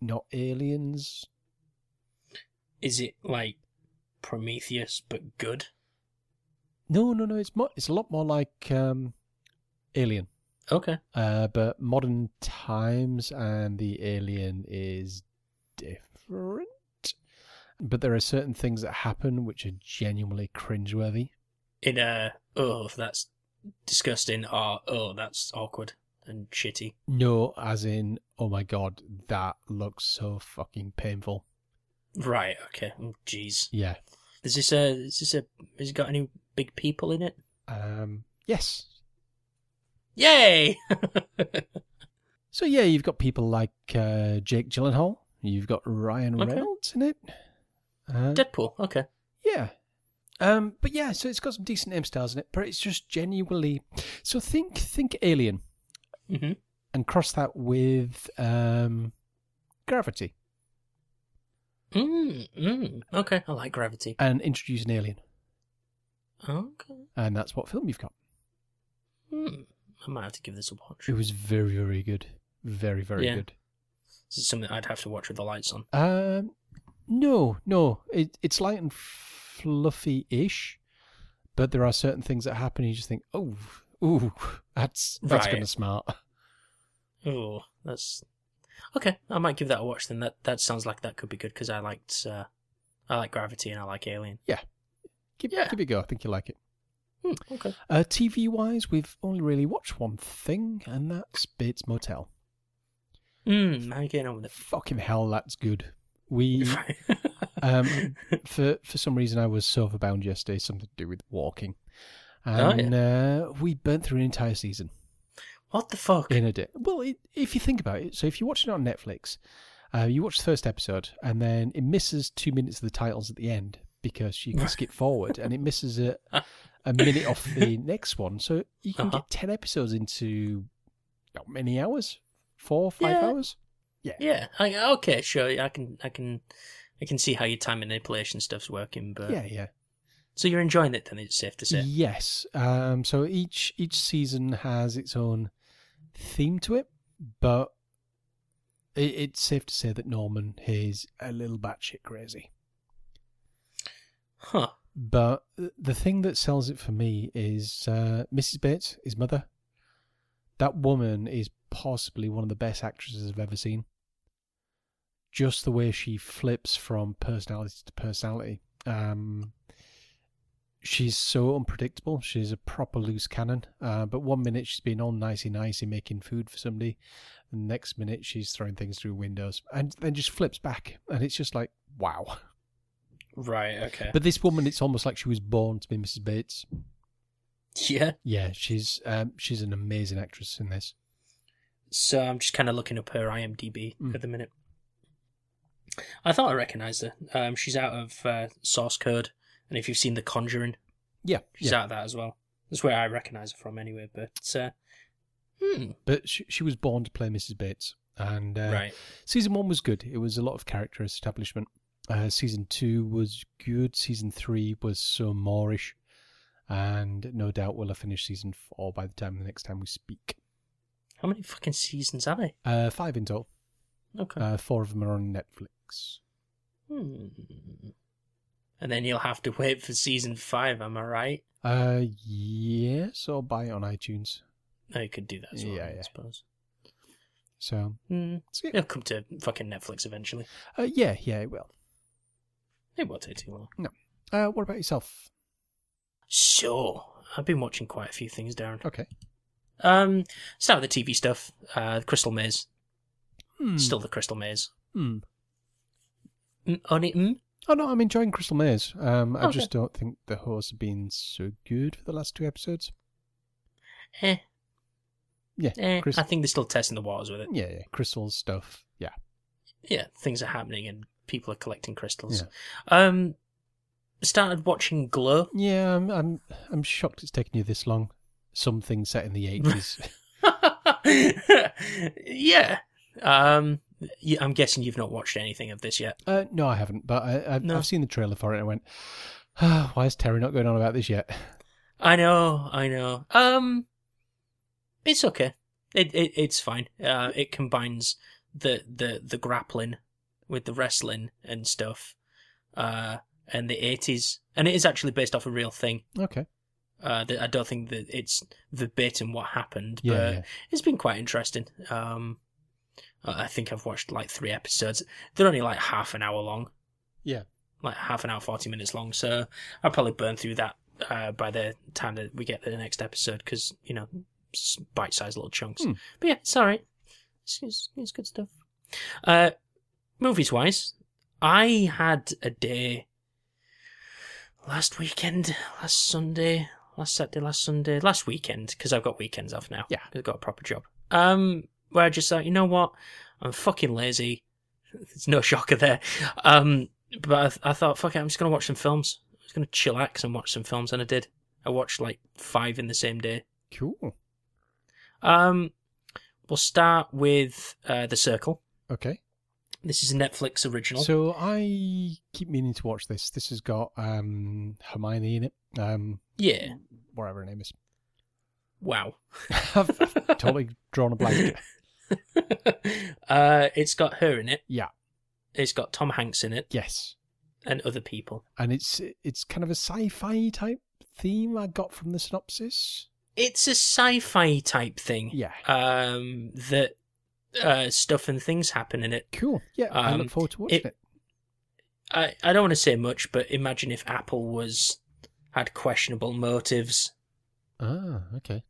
not aliens. Is it like Prometheus but good? No, no, no. It's mo- it's a lot more like um, Alien, Okay, uh, but modern times, and the alien is different. But there are certain things that happen which are genuinely cringeworthy. in a oh that's disgusting, or oh that's awkward and shitty. No, as in, oh my god, that looks so fucking painful. Right. Okay. Oh, Jeez. Yeah. Is this a? Is this a? Has it got any big people in it? Um. Yes. Yay! *laughs* So yeah, you've got people like uh, Jake Gyllenhaal. You've got Ryan Okay. Reynolds in it. Uh, Deadpool. Okay. yeah. Um. But yeah, so it's got some decent M stars in it, but it's just genuinely. So think, think Alien, hmm and cross that with um, Gravity, Mm, mm. Okay. I like Gravity. and introduce an alien, Okay. and that's what film you've got. Mm. I might have to give this a watch. It was very, very good. Very, very Yeah. good. This is something I'd have to watch with the lights on. Um, no, no. It, it's light and fluffy-ish, but there are certain things that happen. And you just think, oh, ooh, that's that's Right. kind of smart. Oh, that's okay. I might give that a watch then. That that sounds like that could be good because I liked uh, I like Gravity and I like Alien. Give, Yeah. give it a go. I think you like it. Hmm, okay. Uh, TV-wise, we've only really watched one thing, and that's Bates Motel. Mm, how you getting on with Fucking hell, that's good. *laughs* We it? Right. um, for for some reason I was sofa bound yesterday, something to do with walking, and uh, we burnt through an entire season. what the fuck? in a day. Well, it, if you think about it, so if you're watching it on Netflix, uh, you watch the first episode and then it misses two minutes of the titles at the end because you can skip forward and it misses a, a minute off the next one. So you can Uh-huh. get 10 episodes into not many hours, four, five Yeah. hours. Yeah. I, okay. Sure. I can. I can. I can see how your time manipulation stuff's working. But Yeah, yeah. so you're enjoying it then? It's safe to say. Yes. Um, so each each season has its own theme to it, but it, it's safe to say that Norman is a little batshit crazy. Huh. But th- the thing that sells it for me is uh, Mrs. Bates, his mother. That woman is possibly one of the best actresses I've ever seen. Just the way she flips from personality to personality. Um, she's so unpredictable. She's a proper loose cannon. Uh, but one minute she's being all nicey nicey making food for somebody, and the next minute she's throwing things through windows, and then just flips back. And it's just like, wow. Right. Okay. But this woman, it's almost like she was born to be Mrs. Bates. yeah. Yeah, she's um, she's an amazing actress in this. So I'm just kind of looking up her IMDb Mm. at the minute. I thought I recognised her. Um, she's out of uh, Source Code, and if you've seen The Conjuring, Yeah, she's yeah. out of that as well. That's where I recognise her from, anyway. But uh, hmm, But she she was born to play Mrs. Bates. And uh, right, season one was good. It was a lot of character establishment. Uh, season two was good. Season three was so moorish. and no doubt we'll have finished season four by the time the next time we speak. How many fucking seasons are they? Uh, five in total. Okay. Uh, four of them are on Netflix. Hmm. And then you'll have to *laughs* wait for season five, am I right? Uh, yes, or buy it on iTunes. No, you could do that as well, Yeah, I yeah. suppose. So Hmm. it's good. It'll come to fucking Netflix eventually. Uh, yeah, yeah, it will. It won't take too long. Uh, what about yourself? So, I've been watching quite a few things, Darren. Okay. Um, start with the TV stuff. Uh, Crystal Maze. Hmm. Still the Crystal Maze. Hmm. Mm, on it, mm? Oh no, I'm enjoying Crystal Maze. Um, I Okay. just don't think the hosts have been so good for the last two episodes. Eh, Yeah, eh. Crys- I think they're still testing the waters with it. yeah, yeah, Crystal stuff. Yeah, yeah, things are happening and people are collecting crystals. Yeah. Um, started watching Glow. *laughs* yeah. I'm, I'm, I'm shocked it's taken you this long. Something set *laughs* in the eighties. yeah. Um, y- I'm guessing you've not watched anything of this yet. uh, no, I haven't, but I, I, No. I've seen the trailer for it. and I went, oh, why is Terry not going on about this yet? I know, I know. Um, it's okay. It, it it's fine. Uh, it combines the the the grappling with the wrestling and stuff. Uh, and the 80s, and it is actually based off a real thing. Okay. Uh, that I don't think that it's verbatim what happened, Yeah, but yeah. it's been quite interesting. Um, I I think I've watched like three episodes. They're only like half an hour long. Yeah. like half an hour, forty minutes long. So I'll probably burn through that uh, by the time that we get to the next episode because you know, s- bite-sized little chunks. Hmm. But yeah, it's all right. It's, it's, it's good stuff. Uh, movies wise, I had a day last weekend, last Sunday, last Saturday, last Sunday, last weekend because I've got weekends off now. Yeah. I've got a proper job. Um, where I just thought, you know what, I'm fucking lazy. There's no shocker there. Um, but I, th- I thought, fuck it, I'm just gonna watch some films. I was gonna chillax and watch some films, and I did. I watched like five in the same day. Cool. Um, we'll start with uh, The Circle. Okay. This is a Netflix original. So I keep meaning to watch this. This has got um, Hermione in it. Um, yeah. whatever her name is. *laughs* Wow. *laughs* I've, I've totally drawn *coughs* a blank. uh, it's got her in it. Yeah. It's got Tom Hanks in it Yes. and other people. and it's it's kind of a sci-fi type theme I got from the synopsis. It's a sci-fi type thing. Yeah, Um, that uh, stuff and things happen in it. cool. Yeah, I Um, look forward to watching it- it. I, I don't want to say much, but imagine if Apple was had questionable motives Ah, okay.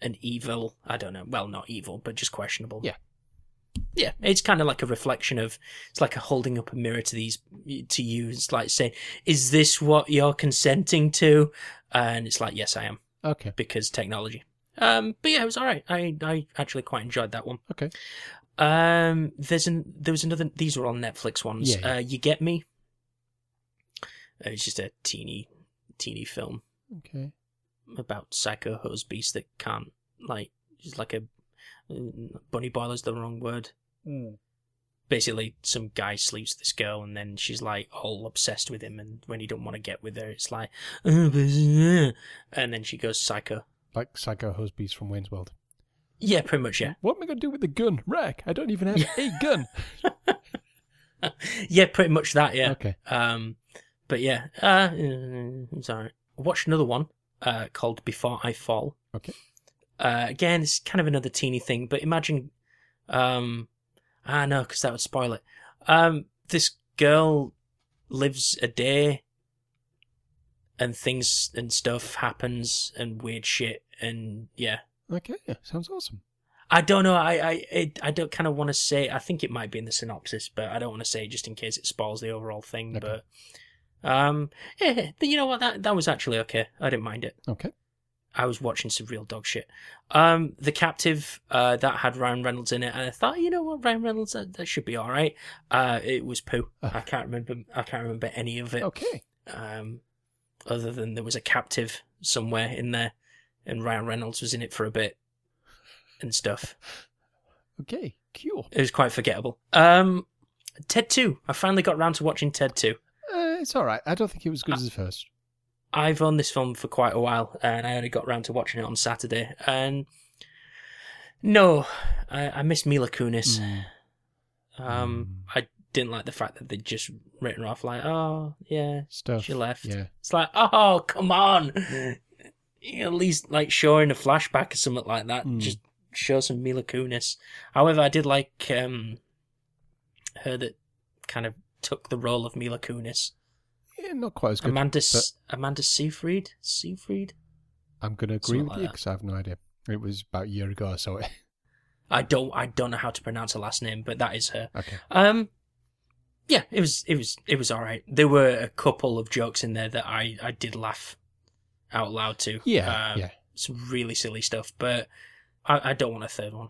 and evil. I don't know. Well, not evil, but just questionable. Yeah. Yeah, it's kind of like a reflection of. It's like a holding up a mirror to these to you. It's like saying, "Is this what you're consenting to?" And it's like, "Yes, I am," Okay, because technology. Um, but yeah, it was all right. I I actually quite enjoyed that one. okay. Um, there's an there was another. These were on Netflix ones. Yeah, yeah. Uh, you get me. Uh, It's just a teeny, teeny film Okay. about psycho hose beast that can't like. She's like a mm, bunny boiler's the wrong word. Hmm. Basically, some guy sleeps with this girl, and then she's like all obsessed with him. And when he don't want to get with her, it's like, "Oh, uh," and then she goes psycho. Like Psycho Hosby's from Wayne's World. Yeah, pretty much. Yeah, What am I going to do with the gun rack? I don't even have a gun. yeah, pretty much that. *laughs* Yeah. Okay. Um, but yeah, uh, mm, it's alright. I watched another one uh, called Before I Fall. Okay. Uh, again, it's kind of another teeny thing, but imagine, um, ah no, because that would spoil it. Um, this girl lives a day, and things and stuff happens and weird shit and yeah. Okay. Yeah, sounds awesome. I don't know. I I it, I don't kind of want to say. I think it might be in the synopsis, but I don't want to say just in case it spoils the overall thing. Okay. But um, yeah, but you know what? That that was actually okay. I didn't mind it. Okay. I was watching some real dog shit. Um, the captive uh, that had Ryan Reynolds in it, and I thought, you know what, Ryan Reynolds, that, that should be all right. Uh, it was poo. Oh. I can't remember. I can't remember any of it. Okay. Um, other than there was a captive somewhere in there, and Ryan Reynolds was in it for a bit, and stuff. Okay. Cool. It was quite forgettable. Um, Ted 2. I finally got round to watching Ted 2. Uh, Uh, it's all right. I don't think it was as good as the first. I've owned this film for quite a while, and I only got round to watching it on Saturday. And no, I, I miss Mila Kunis. Um, I didn't like the fact that they just written her off like, oh yeah, Stuff. she left. Yeah. It's like, oh come on, at least like showing a flashback or something like that. Mm. Just show some Mila Kunis. However, I did like um, her that kind of took the role of Mila Kunis. yeah. Not quite as good. Amanda S Amanda Seyfried. Seyfried. I'm going to agree Something with like you that. because I have no idea. It was about a year ago I saw it. *laughs* I don't I don't know how to pronounce her last name, but that is her. Okay. Um, yeah, it was it was it was all right. There were a couple of jokes in there that I I did laugh out loud to. Yeah. Um, yeah. Some really silly stuff, but I, I don't want a third one.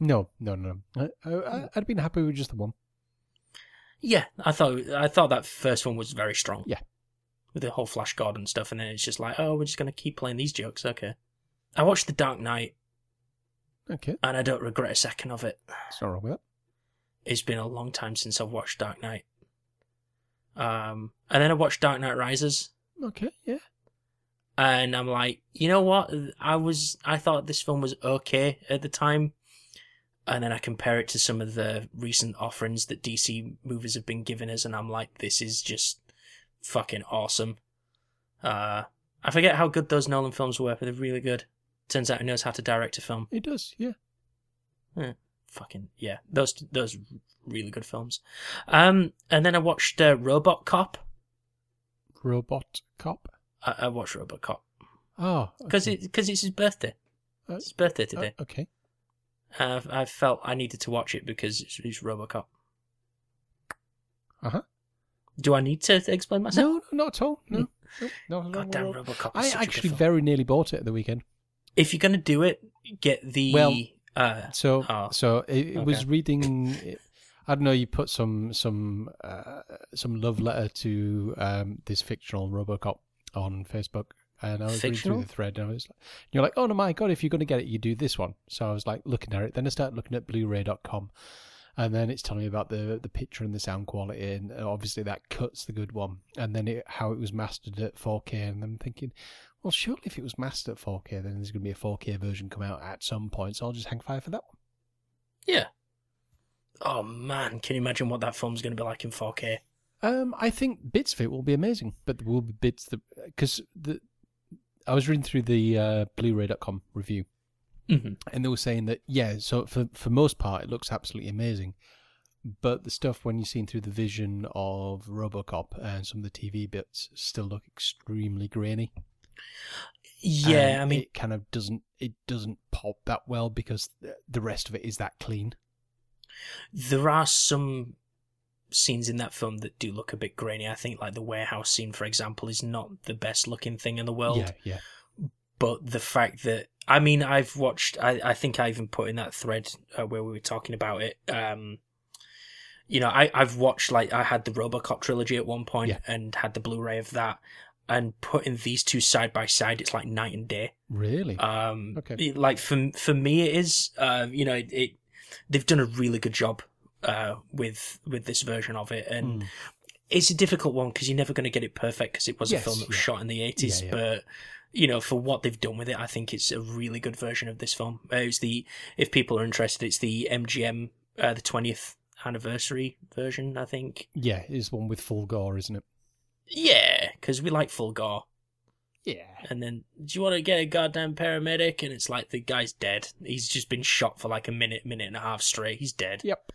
No, no, no. I, I, I'd been happy with just the one. Yeah, I thought I thought that first one was very strong. Yeah. With the whole Flash Gordon stuff, and then it's just like, oh, we're just gonna keep playing these jokes. Okay. I watched The Dark Knight, Okay. and I don't regret a second of it. It's not wrong with that. it's been a long time since I've watched Dark Knight. Um, and then I watched Dark Knight Rises, Okay. Yeah. and I'm like, you know what? I was I thought this film was okay at the time, and then I compare it to some of the recent offerings that DC movies have been giving us, and I'm like, this is just fucking awesome. Uh, I forget how good those Nolan films were, but they're really good. Turns out he knows how to direct a film. It does. Yeah. fucking yeah those those really good films um and then i watched uh, robot cop Robot Cop. i, I watched robot cop Oh. because okay. because it's his birthday Uh, it's his birthday Uh, today okay. uh, i felt i needed to watch it because it's, it's robot cop Uh-huh. do i need to explain myself No, no, not at all. No. no, no, no, Mm. goddamn no. robot cop I is such actually a good film. very nearly bought it at the weekend. if you're gonna do it get the Well- uh So, Oh, so it, it was okay. reading. It, I don't know. You put some some uh, some love letter to um, this fictional RoboCop on Facebook, and I was Fictional? reading through the thread, and I was, like, you're like, oh no, my god, if you're going to get it, you do this one. So I was like looking at it. Then I started looking at Blu-ray.com, and then it's telling me about the the picture and the sound quality, and uh, obviously that cuts the good one. And then it, how it was mastered at 4K, and I'm thinking, well, surely if it was mastered at 4K, then there's going to be a 4K version come out at some point. So I'll just hang fire for that one. yeah oh man can you imagine what that film's gonna be like in 4k Um, I think bits of it will be amazing, but there will be bits that because the I was reading through the uh, Blu-ray.com review, mm-hmm. and they were saying that yeah, so for for most part, it looks absolutely amazing, but the stuff when you're seeing through the vision of RoboCop and some of the TV bits still look extremely grainy. yeah and i mean it kind of doesn't it doesn't pop that well because the- the rest of it is that clean. there are some scenes in that film that do look a bit grainy. I think like the warehouse scene, for example, is not the best looking thing in the world. Yeah, yeah. But the fact that I mean, I've watched. I, I think I even put in that thread uh, where we were talking about it. Um, you know, I I've watched like I had the RoboCop trilogy at one point Yeah. and had the Blu-ray of that. And putting these two side by side, it's like night and day. Really? Um, Okay. it- like for for me, it is. Uh, you know, it, it they've done a really good job uh, with with this version of it, and Mm. it's a difficult one because you're never going to get it perfect because it was Yes, a film that was yeah. shot in the eighties. Yeah, yeah. But you know, for what they've done with it, I think it's a really good version of this film. Uh, it's the if people are interested, it's the MGM uh, the twentieth anniversary version, I think. Yeah, it is one with full gore, isn't it? Yeah, because we like full gore. Yeah. and then do you want to get a goddamn paramedic and it's like the guy's dead he's just been shot for like a minute minute and a half straight he's dead Yep.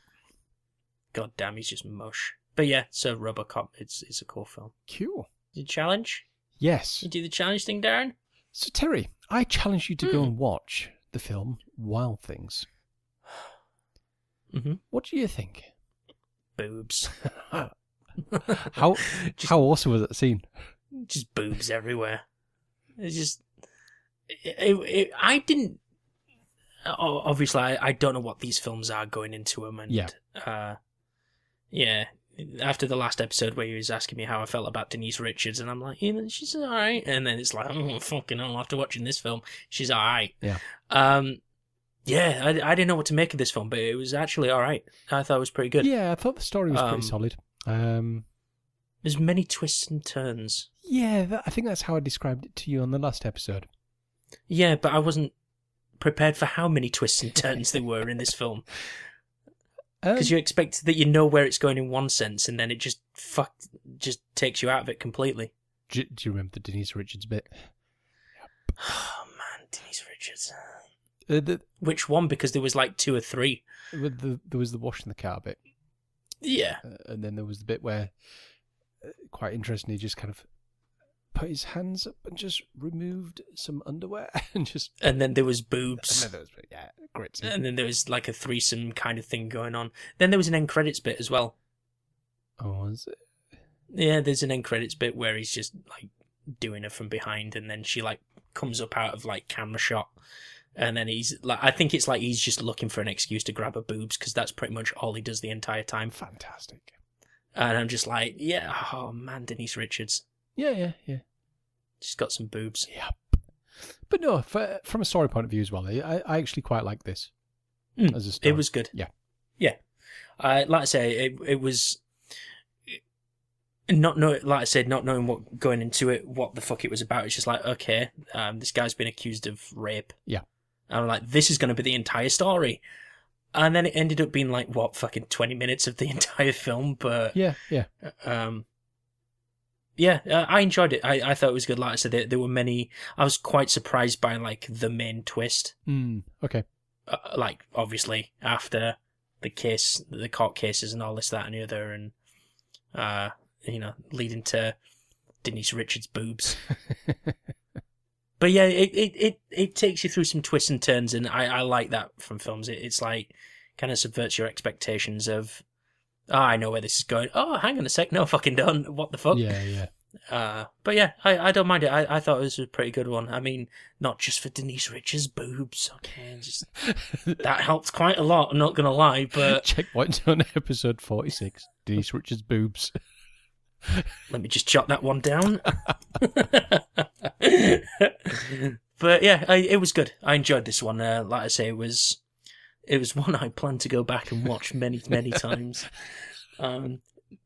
god damn he's just mush but yeah so robocop it's it's a cool Mm. film Cool. the challenge Yes. you do the challenge thing darren So Terry, I challenge you to go Hmm. and watch the film Wild Things. *gasps* mm-hmm What do *laughs* you think? *laughs* boobs How Just- how awesome was that scene? just boobs everywhere it's just it, it- i didn't o- obviously I, I don't know what these films are going into them and Yeah. uh yeah after the last episode where he was asking me how I felt about Denise Richards, and I'm like, you know, she's all right. And then it's like, oh, fucking hell, after watching this film, she's all right. Yeah. Um, yeah, I, I didn't know what to make of this film, but it was actually all right. I thought it was pretty good. Yeah, I thought the story was Um, pretty solid. Um, There's many twists and turns. Yeah, that, I think that's how I described it to you on the last episode. Yeah, but I wasn't prepared for how many twists and turns there were in this *laughs* film. Um, Because you expect that you know where it's going in one sense, and then it just fuck just takes you out of it completely. do, do you remember the Denise Richards bit? Oh man, Denise Richards. Uh, the, Which one? Because there was like two or three. with the, there was the wash in the car bit, Yeah. uh, and then there was the bit where, uh, quite interestingly, just kind of put his hands up and just removed some underwear *laughs* and just. And then there was I boobs. know that was, yeah, great. scene. And then there was like a threesome kind of thing going on. Then there was an end credits bit as well. Oh, was it? Yeah, there's an end credits bit where he's just like doing her from behind, and then she like comes up out of like camera shot, and then he's like, I think it's like he's just looking for an excuse to grab her boobs because that's pretty much all he does the entire time. fantastic. And I'm just like, yeah, oh man, Denise Richards, Yeah, yeah, yeah. she's got some boobs. Yep. But no, for, from a story point of view as well, I, I actually quite like this Mm, as a story. It was good. Yeah. yeah. Uh, like I say, it it was not know like I said, not knowing what going into it, what the fuck it was about. It's just like, okay, um, this guy's been accused of rape. Yeah. And I'm like, this is going to be the entire story. And then it ended up being like what fucking twenty minutes of the *laughs* entire film, but yeah, yeah. um, yeah, uh, I enjoyed it. I, I thought it was good. Like I said, there, there were many. I was quite surprised by like the main twist *laughs* Mm, okay. uh, like obviously after the case, the court cases, and all this, that, and the other, and uh, you know, leading to Denise Richards' boobs. but yeah, it, it it it takes you through some twists and turns, and I I like that from films. It, it's like kind of subverts your expectations of. Oh, I know where this is going. Oh, hang on a sec. No, fucking done. What the fuck? Yeah, *laughs* yeah. Uh, but yeah, I, I don't mind it. I, I thought it was a pretty good one. I mean, not just for Denise Richards' boobs. Okay, just that helped quite a lot. I'm not gonna lie, but Checkpoint on episode 46 Denise Richards' boobs. *laughs* let me just jot that one down. *laughs* but yeah, I, it was good. I enjoyed this one. Uh, like I say, it was it was *laughs* one I plan to go back and watch many many times. Um,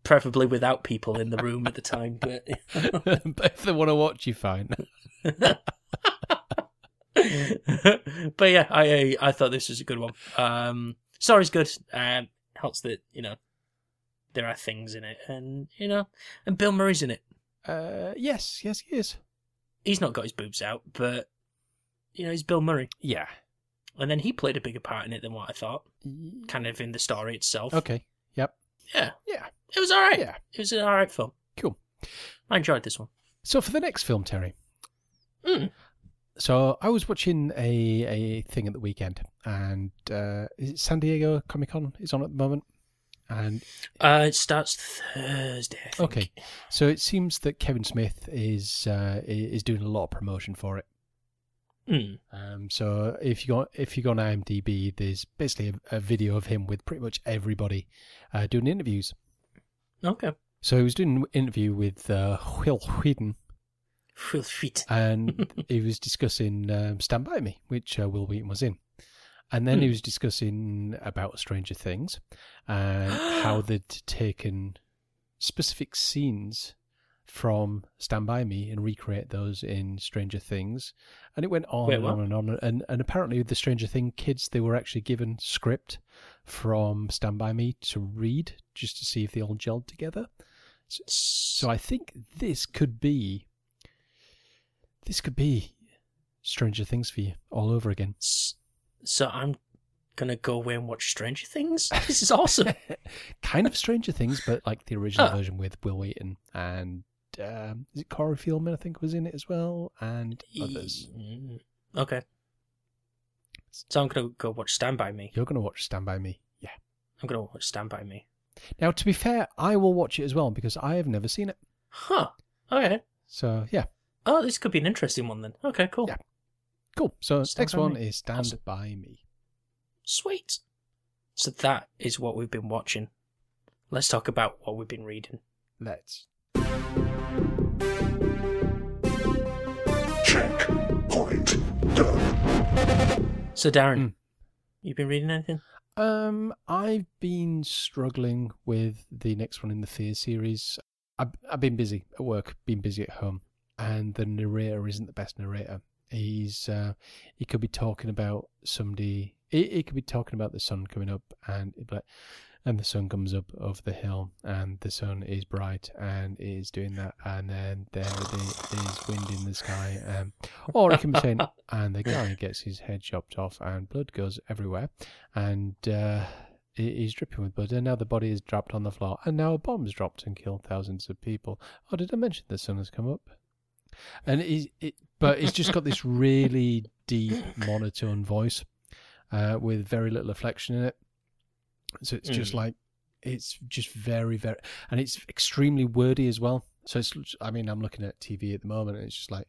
preferably without people in the room at the time, but. but if they want to watch you, fine. *laughs* but yeah, I, I I thought this was a good one. Um, story's good. Um, helps that you know there are things in it, and you know, and Bill Murray's in it. Uh, yes, yes, he is. He's not got his boobs out, but you know, he's Bill Murray, Yeah. and then he played a bigger part in it than what I thought. Kind of in the story itself. Okay. Yep. Yeah. Yeah. It was all right. Yeah. It was an all right film. Cool. I enjoyed this one. So for the next film, Terry. Mm. So I was watching a, a thing at the weekend, and uh, is it San Diego Comic Con is on at the moment, and Uh, it starts Thursday. I think. Okay, so it seems that Kevin Smith is uh, i- is doing a lot of promotion for it. Mm. Um, so if you go if you go on IMDb, there's basically a, a video of him with pretty much everybody uh, doing interviews. Okay. So he was doing an interview with uh, Will Wheaton, Will fit. *laughs* and he was discussing um, Stand by Me, which uh, Will Wheaton was in. And then he Hmm. was discussing about Stranger Things and *gasps* how they'd taken specific scenes from Stand By Me and recreate those in Stranger Things. And it went on Wait, and what? on and on. And, and apparently, the Stranger Thing kids, they were actually given script from Stand By Me to read just to see if they all gelled together. So I think this could be this could be Stranger Things for you all over again. S- So I'm gonna go away and watch Stranger Things. *laughs* This is *laughs* awesome. kind of Stranger Things, but like the original Ah. version with Will Wheaton and um, is it Corey Feldman? I think was in it as well, and others. Mm, Okay. So I'm gonna go watch Stand by Me. You're gonna watch Stand by Me, yeah. I'm gonna watch Stand by Me. Now, to be fair, I will watch it as well because I have never seen it. Huh. Okay. So yeah, Oh, this could be an interesting one then. Okay, cool. Yeah. cool. So Stand next By one Me. is Stand Awesome. by Me. Sweet. So that is what we've been watching. Let's talk about what we've been reading. Let's. Check point done. So Darren, Mm. you've been reading anything? *laughs* Um, I've been struggling with the next one in the Fear series. I've, I've been busy at work, been busy at home, and the narrator isn't the best narrator. He's uh, he could be talking about somebody. He, he could be talking about the sun coming up, and he'd be like, and the sun comes up over the hill, and the sun is bright, and it is doing that, and then there the- is wind in the sky, um, or he can be saying, and the guy gets his head chopped off, and blood goes everywhere, and. Uh, he- He's dripping with blood, and now the body is dropped on the floor, and now a bomb's dropped and killed thousands of people. Oh, did I mention the sun has come up? And he's, it, but he's just got this really deep monotone voice, uh, with very little inflection in it. So it's just like it's just very, very, and it's extremely wordy as well. So it's, I mean, I'm looking at TV at the moment, and it's just like,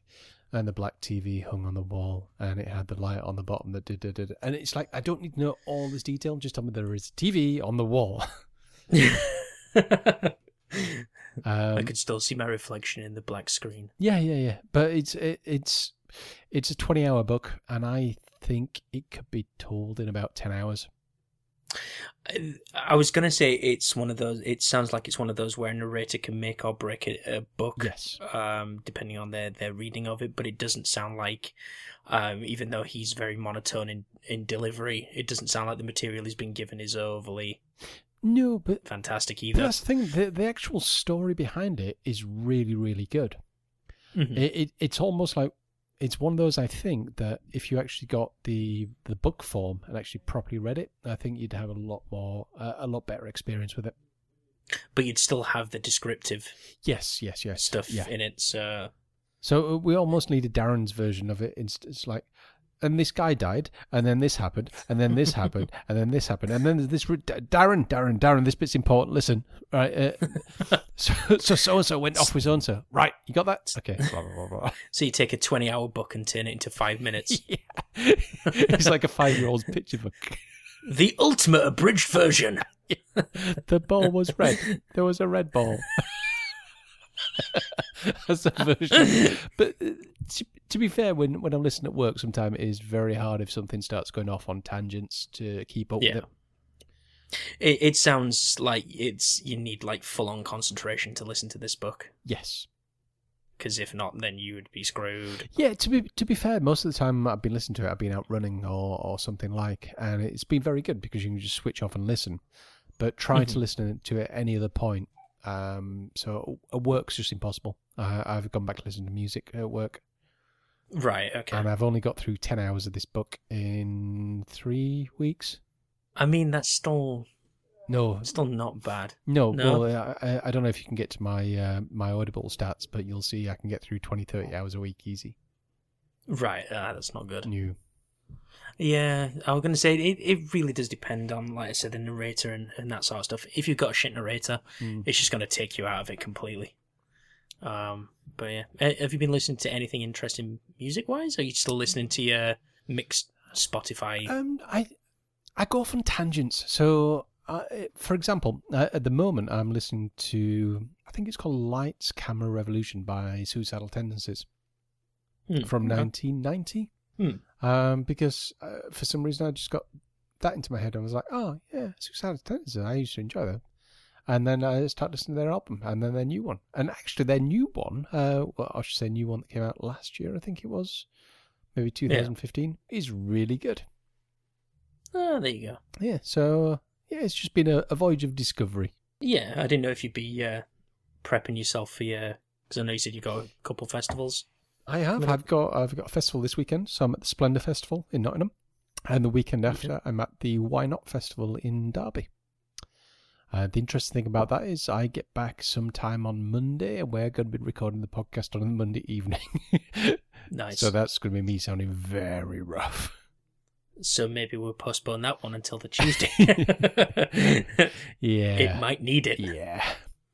and the black TV hung on the wall, and it had the light on the bottom that did, did, did, and it's like I don't need to know all this detail. Just tell me there is a TV on the wall. *laughs* *laughs* Um, I could still see my reflection in the black screen. Yeah, yeah, yeah. But it's it, it's it's a twenty-hour book, and I think it could be told in about ten hours. I- I was gonna say it's one of those. It sounds like it's one of those where a narrator can make or break a, a book. Yes. um, depending on their, their reading of it, but it doesn't sound like, um, even though he's very monotone in, in delivery, it doesn't sound like the material he's been given is overly No, but, fantastic but either. that's the thing. The, the actual story behind it is really, really good. Mhm. It, it it's almost like it's one of those I think that if you actually got the the book form and actually properly read it, I think you'd have a lot more uh, a lot better experience with it. But you'd still have the descriptive Yes, yes, yes. stuff Yeah. in it. So So uh, we almost needed Darren's version of it. It's, it's like, and this guy died, and then this happened, and then this happened, and then this happened, and then there's this. re- D- Darren, Darren, Darren, this bit's important. Listen, right? Uh, so so and so went off with so and so. Right, you got that? Okay. Blah blah blah blah. so you take a twenty hour book and turn it into five *laughs* minutes. yeah. it's like a five year old's picture book. the ultimate abridged version. *laughs* The ball was red. There was a red ball. *laughs* That's the version. But uh, to, to be fair, when, when I'm listening at work, sometimes it is very hard if something starts going off on tangents to keep up Yeah. with it. It, it sounds like it's you need like full on concentration to listen to this book. Yes. Because if not, then you would be screwed. Yeah. To be to be fair, most of the time I've been listening to it, I've been out running or, or something like, and it's been very good because you can just switch off and listen. But try Mm-hmm. to listen to it at any other point. Um, so at work's just impossible. Uh, I've gone back to listen to music at work. Right. Okay. and I've only got through 10 hours of this book in three weeks. I mean, that's still No, still not bad. no, No. well, I- I, I don't know if you can get to my uh, my Audible stats, but you'll see I can get through 20, 30 hours a week easy. Right, uh, that's not good. New. Yeah, I was going to say it, it really does depend on, like I said, the narrator and, and that sort of stuff. If you've got a shit narrator, Mm. it's just going to take you out of it completely. Um, but yeah, A- have you been listening to anything interesting music wise? Are you still listening to your mixed Spotify? Um, I I go off on tangents. So, uh, for example, uh, at the moment I'm listening to I think it's called Lights Camera Revolution by Suicidal Tendencies Hmm, from okay. Hmm. 1990. Um, because uh, for some reason I just got that into my head and was like, oh yeah, Suicidal Tendencies. I used to enjoy them. And then I started listening to their album, and then their new one, and actually their new one, uh, well, I should say new one that came out last year, I think it was, maybe 2015, is really good. Ah, there you go. Yeah, so yeah, it's just been a, a voyage of discovery. Yeah, I didn't know if you'd be uh, prepping yourself for your. Because I know you said you got a couple festivals. I have. I've got I've got a festival this weekend, so I'm at the Splendor Festival in Nottingham, and the weekend after I'm at the Why Not Festival in Derby. Uh, the interesting thing about that is I get back sometime on Monday, and we're going to be recording the podcast on a Monday evening. *laughs* Nice. so that's going to be me sounding very rough. *laughs* so maybe we'll postpone that one until the Tuesday. Yeah. *laughs* it might need it. Yeah.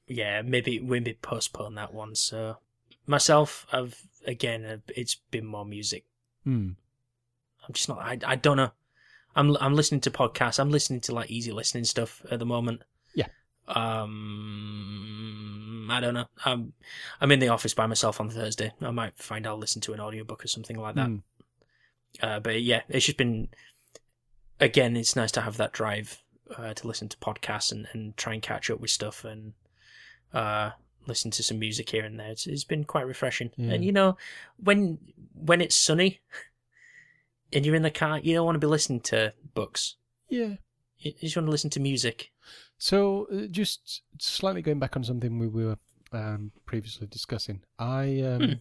Yeah. maybe we may postpone that one. So myself, I've again, I've- it's been more music. Hmm. I'm just not. I, I don't know. I'm I'm listening to podcasts. I'm listening to like easy listening stuff at the moment. Yeah. Um, I don't know. I'm I'm in the office by myself on Thursday. I might find I'll listen to an audiobook or something like that. Hmm. Uh, but yeah, it's just been. Again, it's nice to have that drive uh, to listen to podcasts and, and try and catch up with stuff. And uh, listen to some music here and there. It's, it's been quite refreshing. Yeah. And you know, when when it's sunny *laughs* and you're in the car, you don't want to be listening to books. Yeah. You you just want to listen to music. So, uh, just slightly going back on something we were um, previously discussing. I um, Hmm.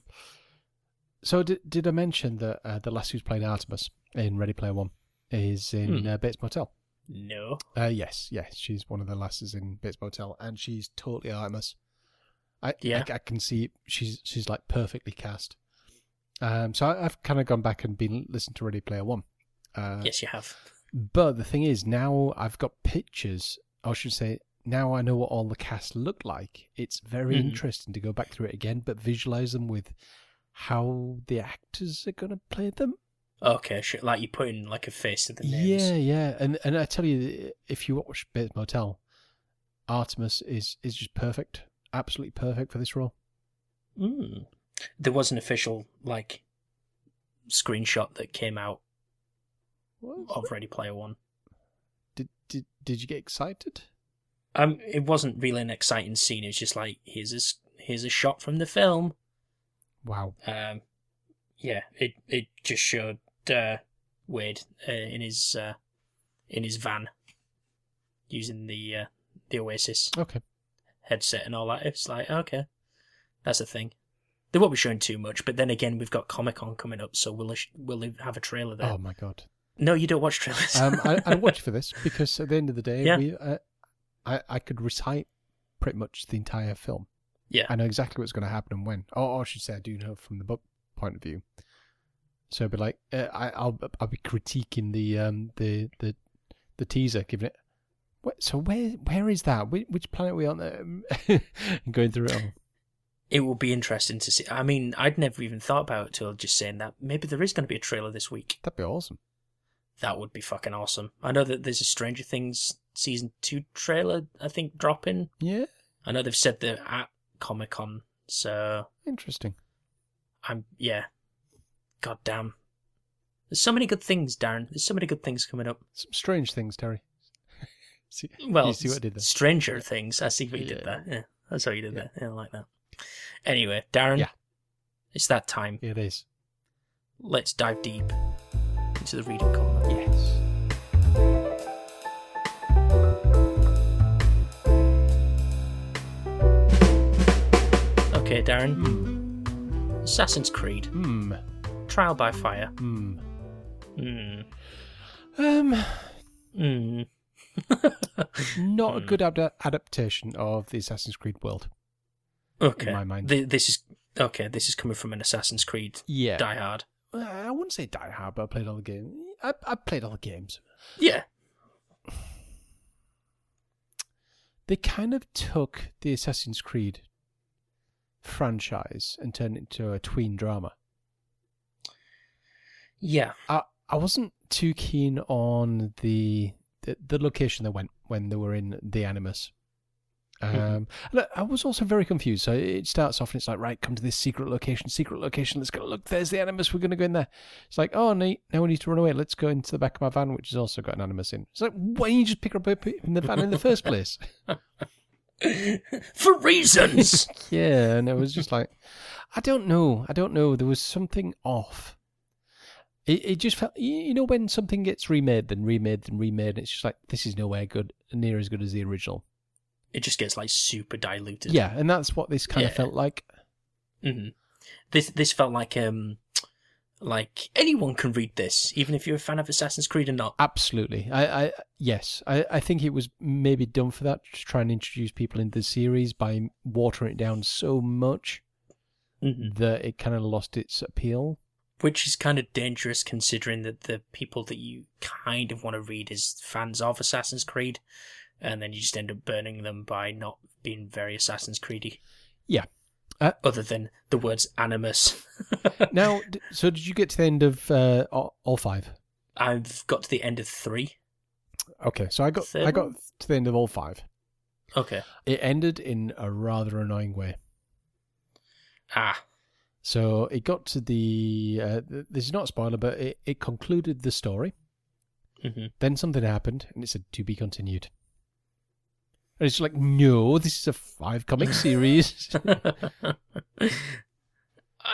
so did, did I mention that uh, the lass who's playing Artemis in Ready Player One is in Hmm. uh, Bates Motel? No. Uh, yes, yes, she's one of the lasses in Bates Motel, and she's totally Artemis. I, Yeah. I, I can see she's she's like perfectly cast. Um, so I, I've kind of gone back and been listened to Ready Player One. Uh, Yes, you have. but the thing is, now I've got pictures. I should say, now I know what all the cast look like. It's very Mhm. interesting to go back through it again, but visualize them with how the actors are going to play them. Okay, sure. like you put in like a face to the names. Yeah, yeah, and and I tell you, if you watch Bates Motel, Artemis is is just perfect, absolutely perfect for this role. Mm. There was an official like screenshot that came out of Ready Player One. Oh, Did did did you get excited? Um, it wasn't really an exciting scene. It was just like here's a s- here's a shot from the film. Wow. Um, yeah, it it just showed uh, Wade uh, in his uh, in his van using the uh, the Oasis Okay. headset and all that. It's like okay, that's the thing. They won't be showing too much, but then again, we've got Comic Con coming up, so we'll we'll have a trailer there. Oh my god. No, you don't watch trailers. um, I, *laughs* I watch for this because at the end of the day, Yeah. we, uh, I I could recite pretty much the entire film. Yeah. I know exactly what's going to happen and when. Or, or I should say, I do know from the book point of view. So, but like, uh, I, I'll I'll be critiquing the um the the the teaser, giving it. What, so where where is that? Which, which planet are we on? Um, *laughs* and going through it all. it will be interesting to see. I mean, I'd never even thought about it till just saying that. Maybe there is going to be a trailer this week. That'd be awesome. That would be fucking awesome. I know that there's a Stranger Things season two trailer. I think dropping. Yeah, I know they've said they're at Comic Con, so interesting. I'm yeah. God damn. There's so many good things, Darren. There's so many good things coming up. Some strange things, Terry. see, Well, you see what I did there. Stranger Things. I see what you did Yeah. there. Yeah, that's how you did Yeah. there. Yeah, I like that. Anyway, Darren, Yeah. it's that time. It is. Let's dive deep into the reading corner. Yes. Okay, Darren. Assassin's Creed, Hmm. Trial by Fire. Hmm. Mm. Um, Mm. not a good ad- adaptation of the Assassin's Creed world. Okay. my mind. Th- this is okay. This is coming from an Assassin's Creed Yeah, diehard. Uh, I wouldn't say Die Hard, but I played all the games. I, I played all the games. Yeah. They kind of took the Assassin's Creed franchise and turned it into a tween drama. Yeah. *laughs* I I wasn't too keen on the the, the location they went when they were in the Animus. Um, and I, I was also very confused. So it starts off and it's like, right, come to this secret location, secret location. Let's go. Look, there's the Animus. We're going to go in there. It's like, oh, no, now we need to run away. Let's go into the back of my van, which has also got an Animus in. It's like, why didn't you just pick her up in the van in the first place? For *laughs* reasons. Yeah, and it was just like, I don't know, I don't know. There was something off. It, it just felt, you you know, when something gets remade, then remade, then remade, and it's just like this is nowhere good, near as good as the original. it just gets like super diluted. Yeah, and that's what this kind Yeah. of felt like. hmm This this felt like um like anyone can read this, even if you're a fan of Assassin's Creed or not. Absolutely, I, I yes, I, I think it was maybe done for that to try and introduce people into the series by watering it down so much hmm that it kind of lost its appeal. Which is kind of dangerous considering that the people that you kind of want to read is fans of Assassin's Creed, and then you just end up burning them by not being very Assassin's Creedy. Yeah. Uh, Other than the words animus. *laughs* now, d- so did you get to the end of uh, all all five? I've got to the end of three. Okay, so I got I Seven? got to the end of all five. Okay. It ended in a rather annoying way. Ah. So it got to the uh, th- this is not a spoiler, but it, it concluded the story. hmm *laughs* Then something happened, and it said to be continued. And it's like, no, this is a five comic series. uh,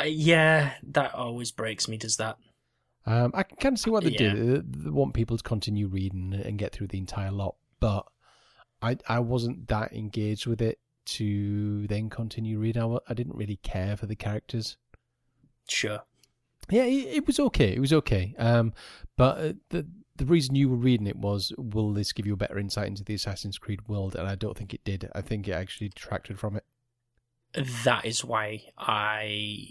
yeah, that always breaks me. Does that? um, I can kind of see what they Yeah. did. They want people to continue reading and get through the entire lot, but I I wasn't that engaged with it to then continue reading. I, wa- I didn't really care for the characters. Sure. Yeah, it, it was okay. It was okay. Um, but uh, the the reason you were reading it was, will this give you a better insight into the Assassin's Creed world? And I don't think it did. I think it actually detracted from it. That is why I,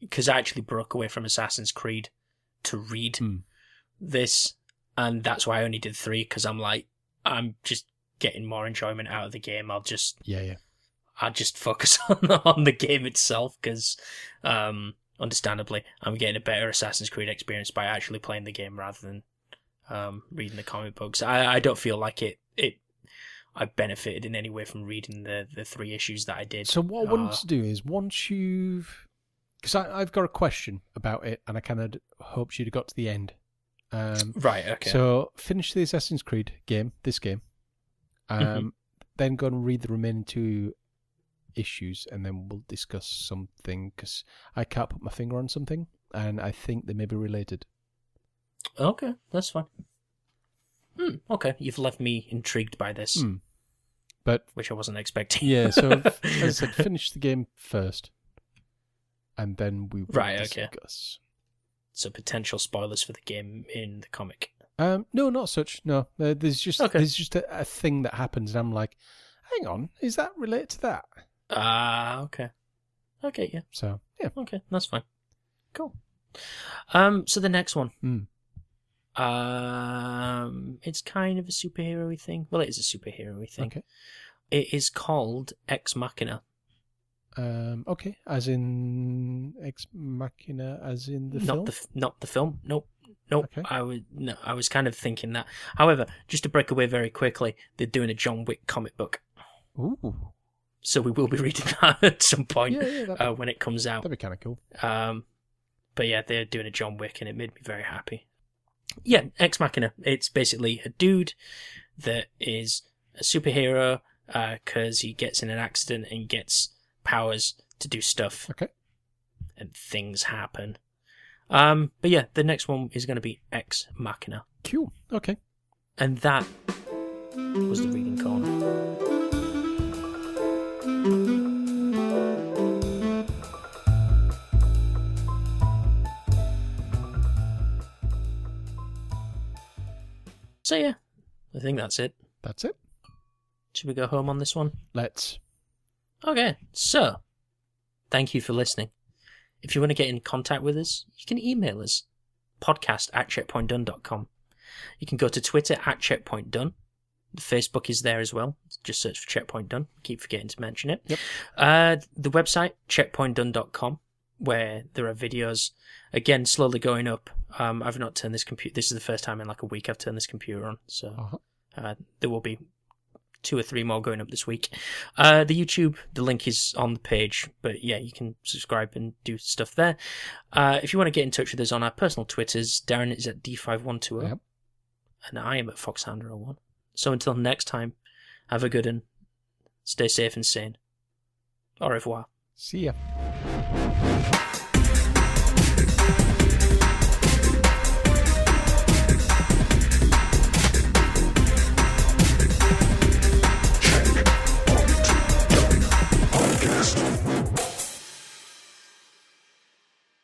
because I actually broke away from Assassin's Creed to read Hmm. this, and that's why I only did three. Because I'm like, I'm just getting more enjoyment out of the game. I'll just Yeah, yeah. I just focus *laughs* on the, on the game itself because, um, understandably, I'm getting a better Assassin's Creed experience by actually playing the game rather than um, reading the comic books. I, I don't feel like it it I benefited in any way from reading the, the three issues that I did. So what I want Uh, to do is once you've, because I've got a question about it, and I kind of hoped you'd have got to the end. Um, right? Okay. So finish the Assassin's Creed game, this game, um, then go and read the remaining two issues, and then we'll discuss something because I can't put my finger on something, and I think they may be related. okay, that's fine. Hmm, okay, you've left me intrigued by this, Hmm. But which I wasn't expecting. yeah, *laughs* so as I said, finish the game first, and then we will Right, okay. discuss. so potential spoilers for the game in the comic. Um, no, not such. No, Uh, there's just Okay. there's just a, a thing that happens, and I'm like, hang on, is that related to that? Ah, okay, okay, yeah. So yeah, Okay, that's fine. Cool. Um, so the next one. Mm. Um, it's kind of a superhero thing. Well, it is a superhero thing. okay. It is called Ex Machina. Um, okay, as in Ex Machina, as in the not film. the f- not the film. Nope. Nope. Okay. I was no, I was kind of thinking that. However, just to break away very quickly, they're doing a John Wick comic book, Ooh, so we will be *laughs* reading that at some point yeah, yeah, that'd, uh, when it comes out. that'd be kind of cool. Um, but yeah, they're doing a John Wick, and it made me very happy. Yeah, Ex Machina. It's basically a dude that is a superhero because he gets in an accident and gets powers to do stuff, Okay, and things happen. Um, but yeah, the next one is going to be Ex Machina, cool. Okay, and that was the reading corner. So yeah, I think that's it. that's it. Should we go home on this one? Let's. Okay, so thank you for listening. If you want to get in contact with us, you can email us podcast at checkpointdone.com. You can go to Twitter at checkpointdone. The Facebook is there as well. Just search for Checkpoint Done. Keep forgetting to mention it. Yep. Uh, the website, checkpointdone.com, where there are videos, again, slowly going up. Um, I've not turned this computer. This is the first time in like a week I've turned this computer on. So Uh-huh. uh, there will be two or three more going up this week. Uh, the YouTube, the link is on the page, but yeah, you can subscribe and do stuff there. Uh, if you want to get in touch with us on our personal Twitters, Darren is at D5120, Yep. oh. and I am at Foxhander01. So until next time, have a good one, stay safe and sane. Au revoir. See ya.